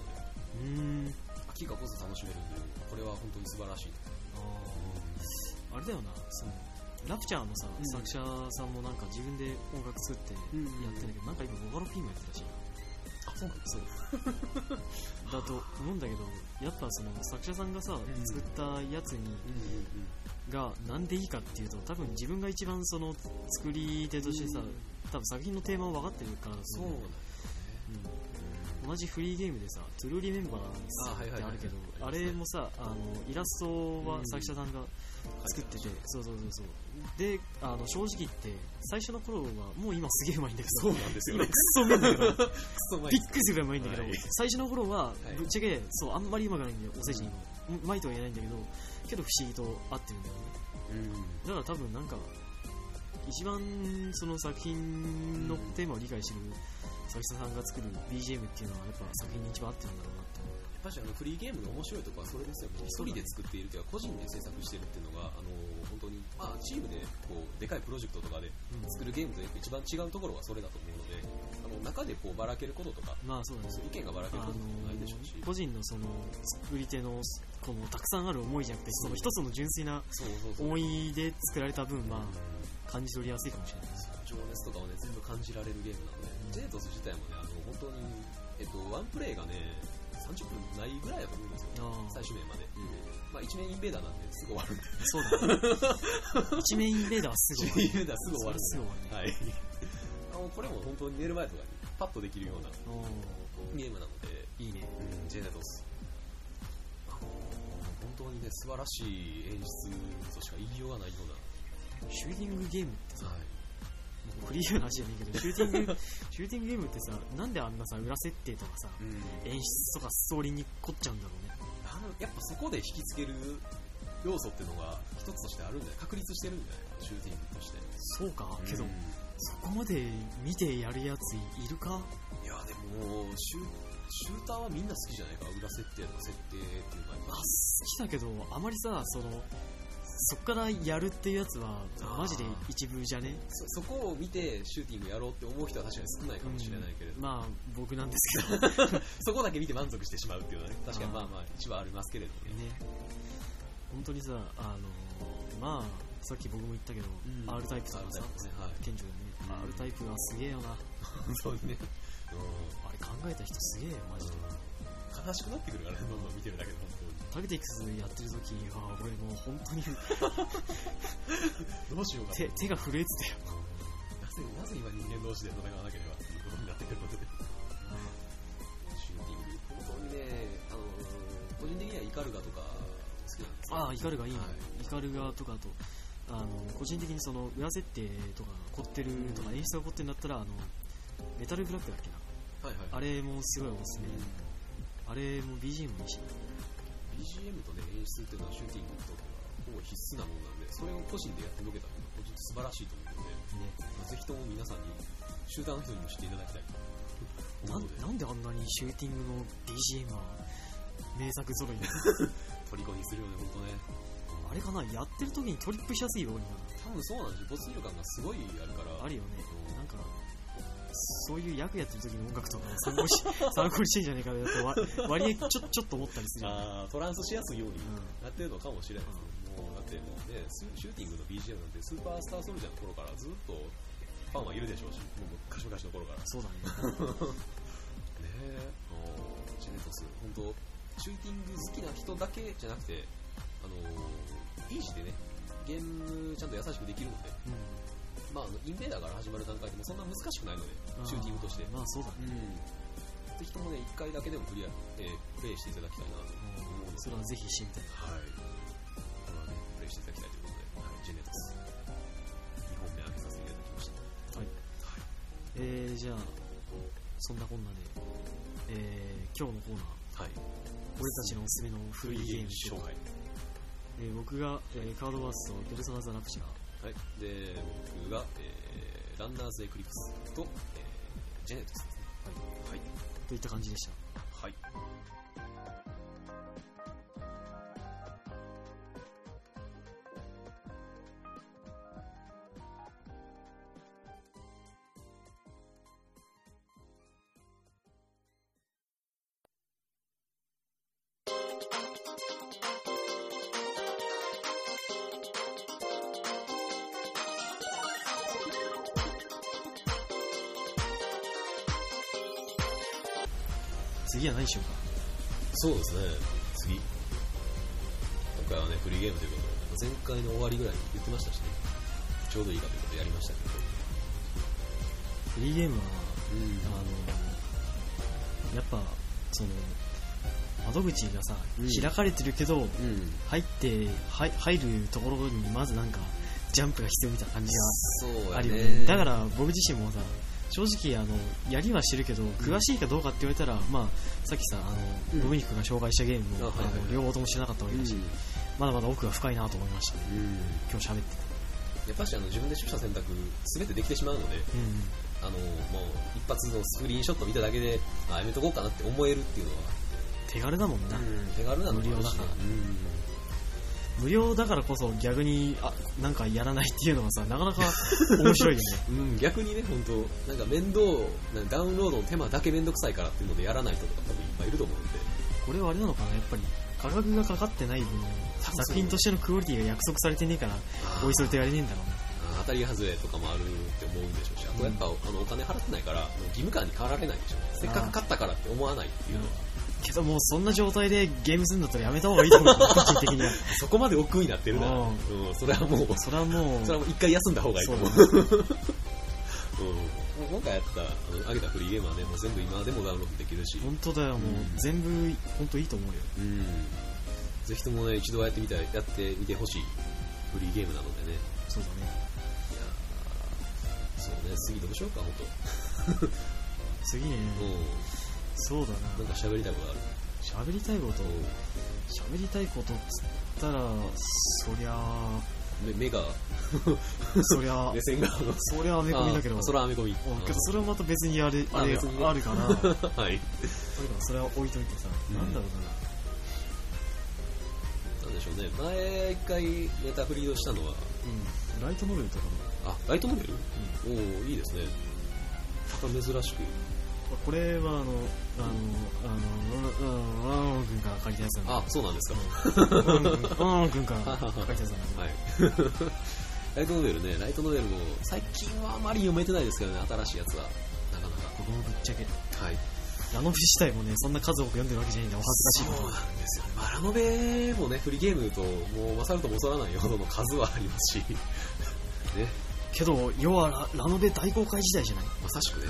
Speaker 1: るので、
Speaker 2: うーん。
Speaker 1: 秋がこそ楽しめるんで、これは本当に素晴らしい。
Speaker 2: あーあれだよな、その、ラプチャーのさ、
Speaker 1: うん
Speaker 2: 作者さんもなんか自分で音楽作ってやって
Speaker 1: うんうんうん
Speaker 2: んだけど、なんか今、ボカロ P もやってたし。
Speaker 1: あ、そうなんです
Speaker 2: そう [laughs] だと思うんだけどやっぱその作者さんがさ、
Speaker 1: ん
Speaker 2: 作ったやつに
Speaker 1: うんうんうん。
Speaker 2: がなんでいいかっていうと多分自分が一番その作り手としてさ、多分作品のテーマを分かってるからだと
Speaker 1: そう
Speaker 2: 思
Speaker 1: なん
Speaker 2: だ
Speaker 1: だ
Speaker 2: よ
Speaker 1: よね。
Speaker 2: うん、同じフリーゲームでさ「トゥルーリメンバー
Speaker 1: あはい
Speaker 2: ズ」
Speaker 1: はい
Speaker 2: って
Speaker 1: はい
Speaker 2: あるけどあ,、
Speaker 1: ありますね
Speaker 2: れもさあのイラストは作者さんが作ってて、そうそうそうそうであの正直言って最初の頃はもう今すげえうまいんだけど
Speaker 1: そうなんですよ
Speaker 2: 今
Speaker 1: ね
Speaker 2: ク。ソうまいん
Speaker 1: [laughs]
Speaker 2: だけど
Speaker 1: くそまい
Speaker 2: びっ。くりするぐらいうまいんだけど、
Speaker 1: はい
Speaker 2: 最初の頃は
Speaker 1: はい
Speaker 2: ぶっちゃけそうあんまりうまくないんだよお世辞にもうまいとは言えないんだけどけど不思議と合ってるんだよね
Speaker 1: うん。
Speaker 2: だから多分なんか一番その作品のテーマを理解してる作者さんが作る BGM っていうのはやっぱ作品に一番合ってるんだろうなって思う
Speaker 1: 確かにあのフリーゲームの面白いところはそれですよ、ね、一人で作っているというか、個人で制作してるっていうのが、あの本当に、まあ、チームでこうでかいプロジェクトとかで作るゲームとやっぱ一番違うところはそれだと思うので、あの中でこうばらけることとか、
Speaker 2: まあそうで
Speaker 1: そ
Speaker 2: す
Speaker 1: う意見がばらけ
Speaker 2: あ
Speaker 1: るこ
Speaker 2: の
Speaker 1: ともないでしょうし、
Speaker 2: 個人のその作り手のこのたくさんある思いじゃなくてその一つの純粋な
Speaker 1: そうそうそう。
Speaker 2: 思いで作られた分
Speaker 1: うん
Speaker 2: まあ感じ取りやすいかもしれないです
Speaker 1: 情熱とかをね、全部感じられるゲームなので、ジェイトス自体もね、あの本当に、えっと、ワンプレイがね、30分ないぐらいだと思うんですよ、
Speaker 2: あー
Speaker 1: 最終面まで。まあ、一面インベーダーなんですぐ終わるんで、
Speaker 2: そう
Speaker 1: [laughs]
Speaker 2: だね一面インベーダーはす
Speaker 1: 一
Speaker 2: ごい
Speaker 1: 面インベーダーすぐ終わるんで
Speaker 2: そ。れはす
Speaker 1: はい。あのこれも本当に寝る前とかにパッとできるような
Speaker 2: ごい
Speaker 1: ゲ
Speaker 2: ね
Speaker 1: ームなので、
Speaker 2: おーいいね
Speaker 1: ジェネトス。あの本当にね、素晴らしい演出としか言いようがないよう
Speaker 2: シューティングゲームってさ
Speaker 1: な。はい。
Speaker 2: クリアな話じゃないけどシューティング [laughs] シューティングゲームってさなんであんなさ裏設定とかさ
Speaker 1: うん。
Speaker 2: 演出とかストーリーに凝っちゃうんだろうね
Speaker 1: あの、やっぱそこで引きつける要素っていうのが一つとしてあるんじゃない確立してるんじゃないかなシューティングとして。
Speaker 2: そうかけど、
Speaker 1: うん
Speaker 2: そこまで見てやるやついるか
Speaker 1: いや、でも、シュシューターはみんな好きじゃないか裏設定とか設定っていうのがやっ
Speaker 2: ま
Speaker 1: ぱ
Speaker 2: あ好きだけどあまりさそのそっからやるっていうやつは
Speaker 1: あー
Speaker 2: マジで一部じゃね
Speaker 1: そそこを見てシューティングやろうって思う人は確かに少ないかもしれないけれど、
Speaker 2: まあ僕なんですけど
Speaker 1: そこだけ見て満足してしまうっていうのはね、確かに
Speaker 2: あー
Speaker 1: まあまあ一番ありますけれどもね。
Speaker 2: ね本当にさあのまあさっき僕も言ったけど、R タイプと
Speaker 1: あ
Speaker 2: か
Speaker 1: るタ
Speaker 2: さ
Speaker 1: イプですね、はい。
Speaker 2: 顕著だよ
Speaker 1: うん
Speaker 2: ね、R タイプはすげえよな
Speaker 1: そうね。
Speaker 2: あれ考えた人すげえよマジで
Speaker 1: うん。悲しくなってくるからね、どんどん見てるだ [laughs] けで本
Speaker 2: タグティクスやってる時は俺もう本当に
Speaker 1: [laughs] 当に。どうしようかな。
Speaker 2: 手手が震えてたよ
Speaker 1: なぜ、なぜ今人間同士で戦わなければっていうことになってくるので。シューティング。本当にね、あの個人的にはイカルガとか好きなんです
Speaker 2: ああイカルガいいね、
Speaker 1: は
Speaker 2: イカルガとかあとあの個人的にその裏設定とか凝ってるとか演出が凝ってるんだったらあのメタルブラックだっけな
Speaker 1: はいはい。
Speaker 2: あれもすごいおすすめあれも BGM もいいし
Speaker 1: BGM とね、演出っていうのはシューティングとかほぼ必須なものなんで、それを個人でやってのけたのが、個人素晴らしいと思うので、
Speaker 2: ね
Speaker 1: まあぜひとも皆さんに、集団の人にも知っていただきたいと
Speaker 2: な
Speaker 1: 思うんので、
Speaker 2: なんであんなにシューティングの BGM は名作揃いな
Speaker 1: [laughs]
Speaker 2: の
Speaker 1: 虜にするよね、本当ね。
Speaker 2: あれかなやってる時にトリップしやすいように
Speaker 1: 多分そうなんですよ、没入感がすごいあるから、
Speaker 2: あるよね
Speaker 1: うん
Speaker 2: なんか、そういう役やってる時の音楽とかを参考
Speaker 1: [laughs]
Speaker 2: にし参考にしてんじゃねえかなとわ割りちょちょっと思ったりするよね、
Speaker 1: あートランスしやすいように
Speaker 2: うん
Speaker 1: なってるのかもしれないですもうだってもうね、スシューティングの BGM なんて、スーパースターソルジャーの頃からずっとファンはいるでしょうし、もう昔々の頃
Speaker 2: [laughs]
Speaker 1: から。
Speaker 2: そうだね。
Speaker 1: ねえジェネトス本当シューティング好きな人だけじゃなくてあのーイージーでねゲームちゃんと優しくできるので、
Speaker 2: うん
Speaker 1: まあ、あのインベーダーから始まる段階でもそんな難しくないのでシューティングとして、
Speaker 2: まあそうだね。
Speaker 1: ぜひともね1回だけでもクリア、えープレイしていただきたいなと思うので
Speaker 2: それはぜひしてみた
Speaker 1: は
Speaker 2: い。
Speaker 1: いこれはねプレイしていただきたいということで、はい、ジェネトス2本目開けさせていただきました
Speaker 2: はい。えー、じゃあ、そんなこんなで、えー、今日のコーナ
Speaker 1: は
Speaker 2: ー、
Speaker 1: い
Speaker 2: 俺たちのおすすめの古いゲーム
Speaker 1: 紹
Speaker 2: 紹
Speaker 1: 介
Speaker 2: 介。えー、僕が、えー、カードバースとペルソナザラプチャー、
Speaker 1: はい、で僕が、えーランナーズエクリプスと、えージェネトスですねはい
Speaker 2: といった感じでした。
Speaker 1: はい、
Speaker 2: 次は何しようか。
Speaker 1: そうですね、次。今回はね、フリーゲームということで、前回の終わりぐらいに言ってましたしね、ちょうどいいかということでやりましたけど、
Speaker 2: フリーゲームは、
Speaker 1: うん
Speaker 2: あの、やっぱ、その、窓口がさ、
Speaker 1: うん
Speaker 2: 開かれてるけど、
Speaker 1: うん、
Speaker 2: 入って、はい入るところにまずなんか、ジャンプが必要みたいな感じ
Speaker 1: そう
Speaker 2: が
Speaker 1: や
Speaker 2: あるよね。
Speaker 1: ね。
Speaker 2: だから僕自身もさ、正直あの、やりはしてるけど、詳しいかどうかって言われたら、まあ、さっきさ、あ
Speaker 1: うん
Speaker 2: の、ドミニクが紹介したゲームも、
Speaker 1: あはいはい
Speaker 2: あの両方ともしてなかったわ
Speaker 1: う
Speaker 2: け
Speaker 1: ん、
Speaker 2: だし、
Speaker 1: う
Speaker 2: まだまだ奥が深いなと思いましたね。
Speaker 1: ん、
Speaker 2: 今日喋ってて。
Speaker 1: やっぱしあの自分で取捨選択、すべてできてしまうので、
Speaker 2: うんうん。
Speaker 1: あのもう一発のスクリーンショット見ただけで、あやめとこうかなって思えるっていうのは、
Speaker 2: 手軽だもんな。
Speaker 1: 手軽なのもあるしね
Speaker 2: 無料だから
Speaker 1: うん
Speaker 2: 無料だからこそ逆にあなんかやらないっていうのはさな [laughs] かなか面白いよね
Speaker 1: うん、逆にね、本当なんか面倒な、ダウンロードの手間だけ面倒くさいからっていうのでやらない人とか多分いっぱいいると思うんで、
Speaker 2: これはあれなのかなやっぱり価格がかかってない分
Speaker 1: そう
Speaker 2: 作品としてのクオリティが約束されてねえからおいそれとやれねえんだろう
Speaker 1: あー当たり外れとかもあるって思うんでしょうし、あとやっぱ、あのお金払ってないから、義務感に変わられないでしょうね。せっかく買ったからって思わないっていうのは、
Speaker 2: なけどもうそんな状態でゲームするんだったらやめた方がいいと思う個人的
Speaker 1: [laughs]
Speaker 2: には
Speaker 1: そこまで億劫になってるなら、
Speaker 2: あ
Speaker 1: うん
Speaker 2: ー、
Speaker 1: それはもう、
Speaker 2: それはもう
Speaker 1: それはもう一回休んだ方がいいと
Speaker 2: そう
Speaker 1: 思う。
Speaker 2: だ
Speaker 1: う
Speaker 2: ね
Speaker 1: ん、今回やった、あの、あげたフリーゲームはね、もう全部今でもダウンロードできるし、
Speaker 2: 本当だよもう
Speaker 1: うん
Speaker 2: 全部本当いいと思うよ
Speaker 1: うん、ぜひともね、一度はやってみたい、やってみてほしいフリーゲームなのでね。
Speaker 2: そうだね
Speaker 1: いやーそうね、次どうしようか、ほんと。
Speaker 2: 次ね
Speaker 1: う
Speaker 2: そうだ
Speaker 1: ん。なん
Speaker 2: な
Speaker 1: か喋りたいことある。
Speaker 2: 喋りたいこと
Speaker 1: う
Speaker 2: 喋りたいことっつったらそりゃあ
Speaker 1: ん。目目が、
Speaker 2: そ
Speaker 1: [laughs]
Speaker 2: りゃあ
Speaker 1: 目線が、あの、
Speaker 2: そりゃあめ込みだけど
Speaker 1: あそれは編み込み。
Speaker 2: うんけどそれはまた別にあれ
Speaker 1: あ
Speaker 2: あれ
Speaker 1: 別にね
Speaker 2: あるかなあるから
Speaker 1: あはい。
Speaker 2: それは置いといてさ、
Speaker 1: うん
Speaker 2: なんだろ
Speaker 1: なんでしょうね。前、一回ネタフリーをしたのは、
Speaker 2: うな、うん、ライトノベルとかも、
Speaker 1: あ、ライトノベルおおいいですね。なんか珍しく。
Speaker 2: これはあのあのあのワンオン君から借りたやつなん
Speaker 1: あ、そうなんですか。
Speaker 2: だワンオン君ワンオン君から借りたやつなんだ
Speaker 1: はい。 [laughs] ライトノベルね、ライトノベルも、最近はあまり読めてないですけどね、新しいやつは。なかな
Speaker 2: 僕もぶっちゃけ
Speaker 1: か。はい。
Speaker 2: ラノベ自体もねそんな数多く読んでるわけじゃないんだお恥ずかしい
Speaker 1: そうなんですよね。まあ、ラノベもね、フリーゲームと、もう、勝るとも劣らないほどの数はありますし、 [laughs] ね、
Speaker 2: けど要はララノベ大公開時代じゃない
Speaker 1: まさしくね、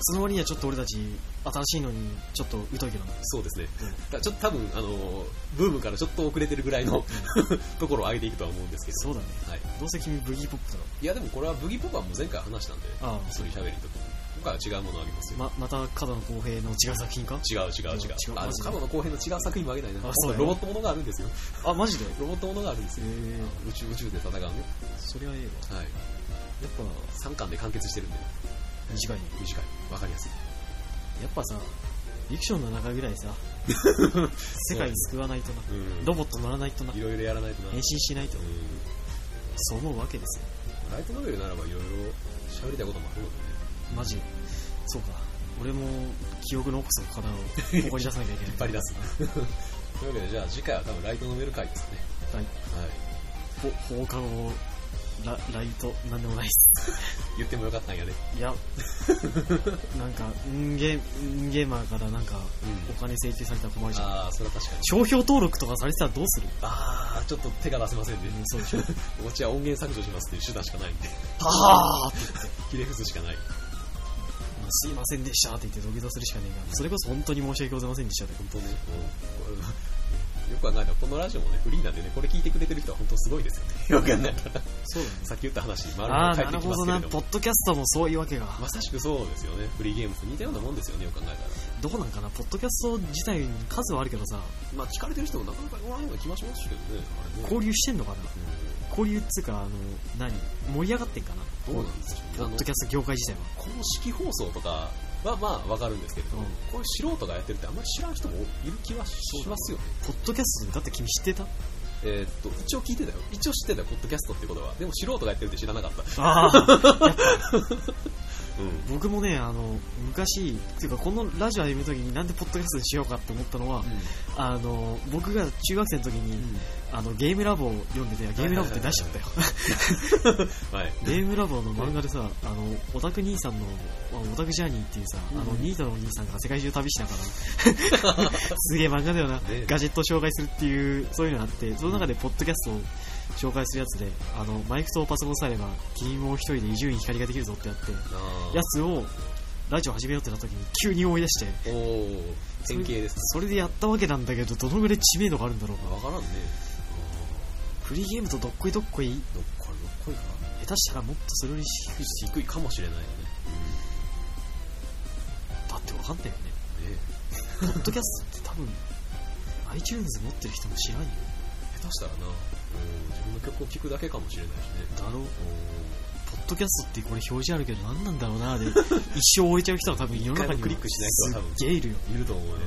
Speaker 2: その割にはちょっと俺たち新しいのにちょっと疎いけどな
Speaker 1: そうですね
Speaker 2: うん。
Speaker 1: だちょっと多分、あの、ブームからちょっと遅れてるぐらいの [laughs] ところを上げていくとは思うんですけど、
Speaker 2: そうだね
Speaker 1: はい。
Speaker 2: どうせ君ブギーポップだろ
Speaker 1: いや、でもこれはブギーポップはもう前回話したんで、
Speaker 2: ああ
Speaker 1: それ喋りの時に。今回は違うものをあげますよ。
Speaker 2: ままた角野公平の違う作品か
Speaker 1: 違う違う違う
Speaker 2: 違う。
Speaker 1: あの、
Speaker 2: マジで
Speaker 1: カモの後編の違う作品もあげないな。
Speaker 2: あそうだ
Speaker 1: ロ
Speaker 2: よ
Speaker 1: ボットものがあるんですよ。
Speaker 2: あマジで
Speaker 1: ロボットものがあるんですよ。
Speaker 2: え
Speaker 1: 宇宙宇宙で戦うね。
Speaker 2: ー、そりゃええわ
Speaker 1: はい。
Speaker 2: やっぱ
Speaker 1: 3巻で完結してるんで、
Speaker 2: 短いね
Speaker 1: 短い。わかりやすい。
Speaker 2: やっぱさフィクションの中ぐらいさ世界救わないとな
Speaker 1: うん
Speaker 2: ロボット乗らないとない
Speaker 1: ろいろやらないとな。
Speaker 2: 変身しないと
Speaker 1: う
Speaker 2: そう思うわけですよ
Speaker 1: んライトノベルならばいろいろ喋りたいこともあるのでね。
Speaker 2: マジでそうか俺も記憶の奥底からを掘り出さなきゃいけない
Speaker 1: 引っ張り出す。 [laughs] というわけで、じゃあ次回は多分ライトノベル回ですね。
Speaker 2: はい
Speaker 1: はい。
Speaker 2: ほ放課後ラライトなんでもないっす
Speaker 1: 言ってもよかったんやね。
Speaker 2: いやなんかんーゲんーゲーマーからなんかお金請求されたら困るじゃん
Speaker 1: ああ、それは確かに。
Speaker 2: 商標登録とかされてたらどうする
Speaker 1: ああ、ちょっと手が出せませんね。
Speaker 2: そうでしょ
Speaker 1: こっちは音源削除しますっていう手段しかないんで、
Speaker 2: [laughs] ああ
Speaker 1: 切れ伏すしかない。
Speaker 2: すいませんでしたって言って土下座するしかねえからそれこそ本当に申し訳ございませんでしたって
Speaker 1: 本当ね、もう、これよくはないから、このラジオもね、フリーなんでね、これ聞いてくれてる人は本当すごいですよね。よくわかんないから。
Speaker 2: そうだね
Speaker 1: [laughs] さっき言った話に丸
Speaker 2: あ
Speaker 1: 々
Speaker 2: あ
Speaker 1: 帰
Speaker 2: ー
Speaker 1: っ
Speaker 2: な
Speaker 1: て
Speaker 2: る
Speaker 1: き
Speaker 2: ほ
Speaker 1: ます
Speaker 2: ど
Speaker 1: けれ
Speaker 2: な
Speaker 1: ど
Speaker 2: ポ
Speaker 1: も
Speaker 2: ッ。ドキャストもそういうわけが
Speaker 1: まさしくそうですよね。フリーゲームと似たようなもんですよね、よく考えたら。
Speaker 2: どうなんかなポッドキャスト自体に数はあるけどさ
Speaker 1: まあ、聞かれてる人もなかなかおらんような気もしますけどね。あれね
Speaker 2: 交流してんのかな
Speaker 1: うん
Speaker 2: 交流っつうかあの何盛り上がってんかな
Speaker 1: どうなんですか
Speaker 2: ポッドキャスト業界自体は
Speaker 1: 公式放送とかはまあわかるんですけれども、
Speaker 2: うん
Speaker 1: こういう素人がやってるってあんまり知らん人もいる気はしますよね。
Speaker 2: ポッドキャストだって君知ってた
Speaker 1: えーっと、一応聞いてたよ。一応知ってたよ、ポッドキャストってことは。でも素人がやってるって知らなかった。
Speaker 2: ああ
Speaker 1: ううん
Speaker 2: [laughs] 僕もね、あの、昔、っていうかこのラジオ始めるときになんでポッドキャストにしようかって思ったのは、あの、僕が中学生の時に、あの、ゲームラボを読んでて、ゲームラボって出しちゃ
Speaker 1: [laughs]
Speaker 2: ったよ。
Speaker 1: はい
Speaker 2: ゲームラボの漫画でさ、あの、オタク兄さんの、あオタクジャーニーっていうさ、あの
Speaker 1: う、ん
Speaker 2: ニートのお兄さんが世界中旅しなが
Speaker 1: [laughs]
Speaker 2: ら、すげえ漫画だよな、
Speaker 1: え
Speaker 2: ガジェットを紹介するっていう、そういうのがあって、その中でポッドキャストを紹介するやつで、あの、マイクとパソコンさえあれば、君も一人で伊集院光ができるぞってやって、
Speaker 1: あー
Speaker 2: やつを、ラジオ始めようってなった時に急に思い出して、
Speaker 1: おお典型です
Speaker 2: それでやったわけなんだけど、どのぐらい知名度があるんだろうか。
Speaker 1: わからんね
Speaker 2: フリーゲームとどっこいどっこい、
Speaker 1: どっこいどっこいか
Speaker 2: 下手したらもっとそれより低いし、
Speaker 1: 低いかもしれないよね
Speaker 2: だってわかんないよね。
Speaker 1: ね
Speaker 2: ポッドキャストって多分 iTunes 持ってる人も知らんよ
Speaker 1: 下手したらなうん自分の曲を聴くだけかもしれないしね
Speaker 2: だろ
Speaker 1: おー
Speaker 2: ポッドキャストってこれ表示あるけど何なんだろうな [laughs] で一生終えちゃう人は多分世の中には
Speaker 1: 一回もクリックしない人は多分
Speaker 2: すっげえいるよ
Speaker 1: いると思うよ、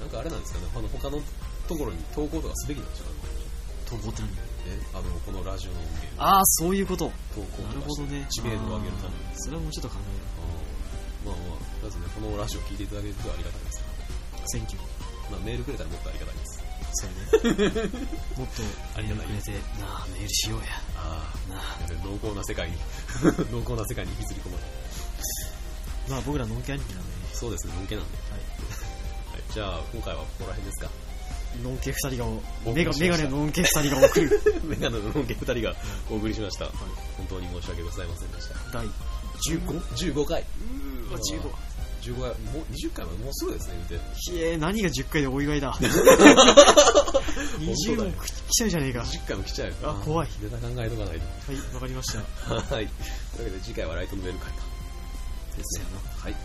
Speaker 1: なんかあれなんですかねあの他のところに投稿とかすべきなんですかね
Speaker 2: と思ってる
Speaker 1: えあのこのラジオの音源を
Speaker 2: ああそういうこと
Speaker 1: 投稿
Speaker 2: なる
Speaker 1: とか
Speaker 2: ほ
Speaker 1: し
Speaker 2: ど
Speaker 1: て、
Speaker 2: ね
Speaker 1: 知名度を上げるために
Speaker 2: あーそれはもうちょっと考
Speaker 1: あー
Speaker 2: え
Speaker 1: まあまあとりあえずねこのラジオ聞いていただけるとありがたいです、
Speaker 2: よう選挙
Speaker 1: まあ、メールくれたらもっとありがたいです
Speaker 2: そうやね [laughs] もっと
Speaker 1: あ
Speaker 2: あ
Speaker 1: り
Speaker 2: れ
Speaker 1: が
Speaker 2: が
Speaker 1: たい
Speaker 2: くれてなあメールしようや
Speaker 1: あ
Speaker 2: なあ
Speaker 1: あ濃厚な世界に [laughs] 濃厚な世界に引きずり込まれる
Speaker 2: まあ僕らのんきアニメなんでね
Speaker 1: そうですね文系なんで、はい、じゃあ今回はここら辺ですか [laughs]
Speaker 2: のんけ二人が
Speaker 1: お
Speaker 2: メガ
Speaker 1: しまし
Speaker 2: メ
Speaker 1: た
Speaker 2: ガネのんけ二人が送る
Speaker 1: メガネの文系2人がお送りしました、本当に申し訳ございませんでした
Speaker 2: [laughs] 第 15?
Speaker 1: 15回
Speaker 2: うわ15
Speaker 1: 15回もう20回までもうすぐですね言うて
Speaker 2: ひえー、何が10回でお祝い [laughs] だ。20も来ちゃうじゃねえか。は
Speaker 1: 10回も来ちゃうよ
Speaker 2: あ怖い
Speaker 1: ネタ考えとか
Speaker 2: [laughs]
Speaker 1: ないと
Speaker 2: い、わかりました。
Speaker 1: はい。というわけで次回はライトノベル会か。ですよはい。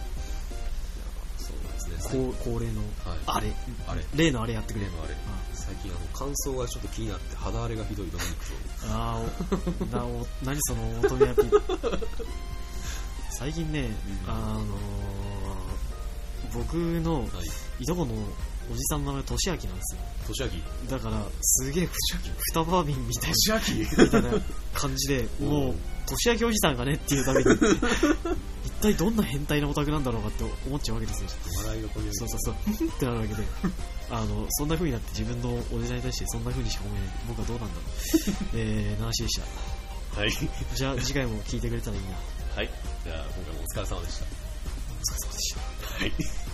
Speaker 1: そうですね。最
Speaker 2: こう恒例の、
Speaker 1: はい。
Speaker 2: あれ、
Speaker 1: あれ。
Speaker 2: 例のあれやってくれ
Speaker 1: 例。のあれ。最近あの、乾燥がちょっと気になって肌荒れがひどいドミニクと。
Speaker 2: あー [laughs] おなお、何その乙女焼き。最近ね、
Speaker 1: うん
Speaker 2: あのー、僕の
Speaker 1: はい。
Speaker 2: いとこのおじさんの名前、としあきなんですよ。
Speaker 1: 年明き。
Speaker 2: だから、すげえ、ふたば瓶みたいな。
Speaker 1: 明
Speaker 2: みたいな感じで、
Speaker 1: うん
Speaker 2: もう、年明けおじさんがねってい
Speaker 1: [laughs]
Speaker 2: うために、一体どんな変態なオタクなんだろうかって思っちゃうわけですよ。 [laughs]
Speaker 1: 笑いがこに
Speaker 2: そうそうそう、ってなるわけで、あの、そんな風になって自分のおじさんに対してそんな風にしか思えない。僕はどうなんだろう。えー、な話でした。
Speaker 1: はい。
Speaker 2: じゃあ次回も聞いてくれたらいいな。
Speaker 1: はい。じゃあ、今回もお疲れ様でした。
Speaker 2: お疲れ様でした。
Speaker 1: はい。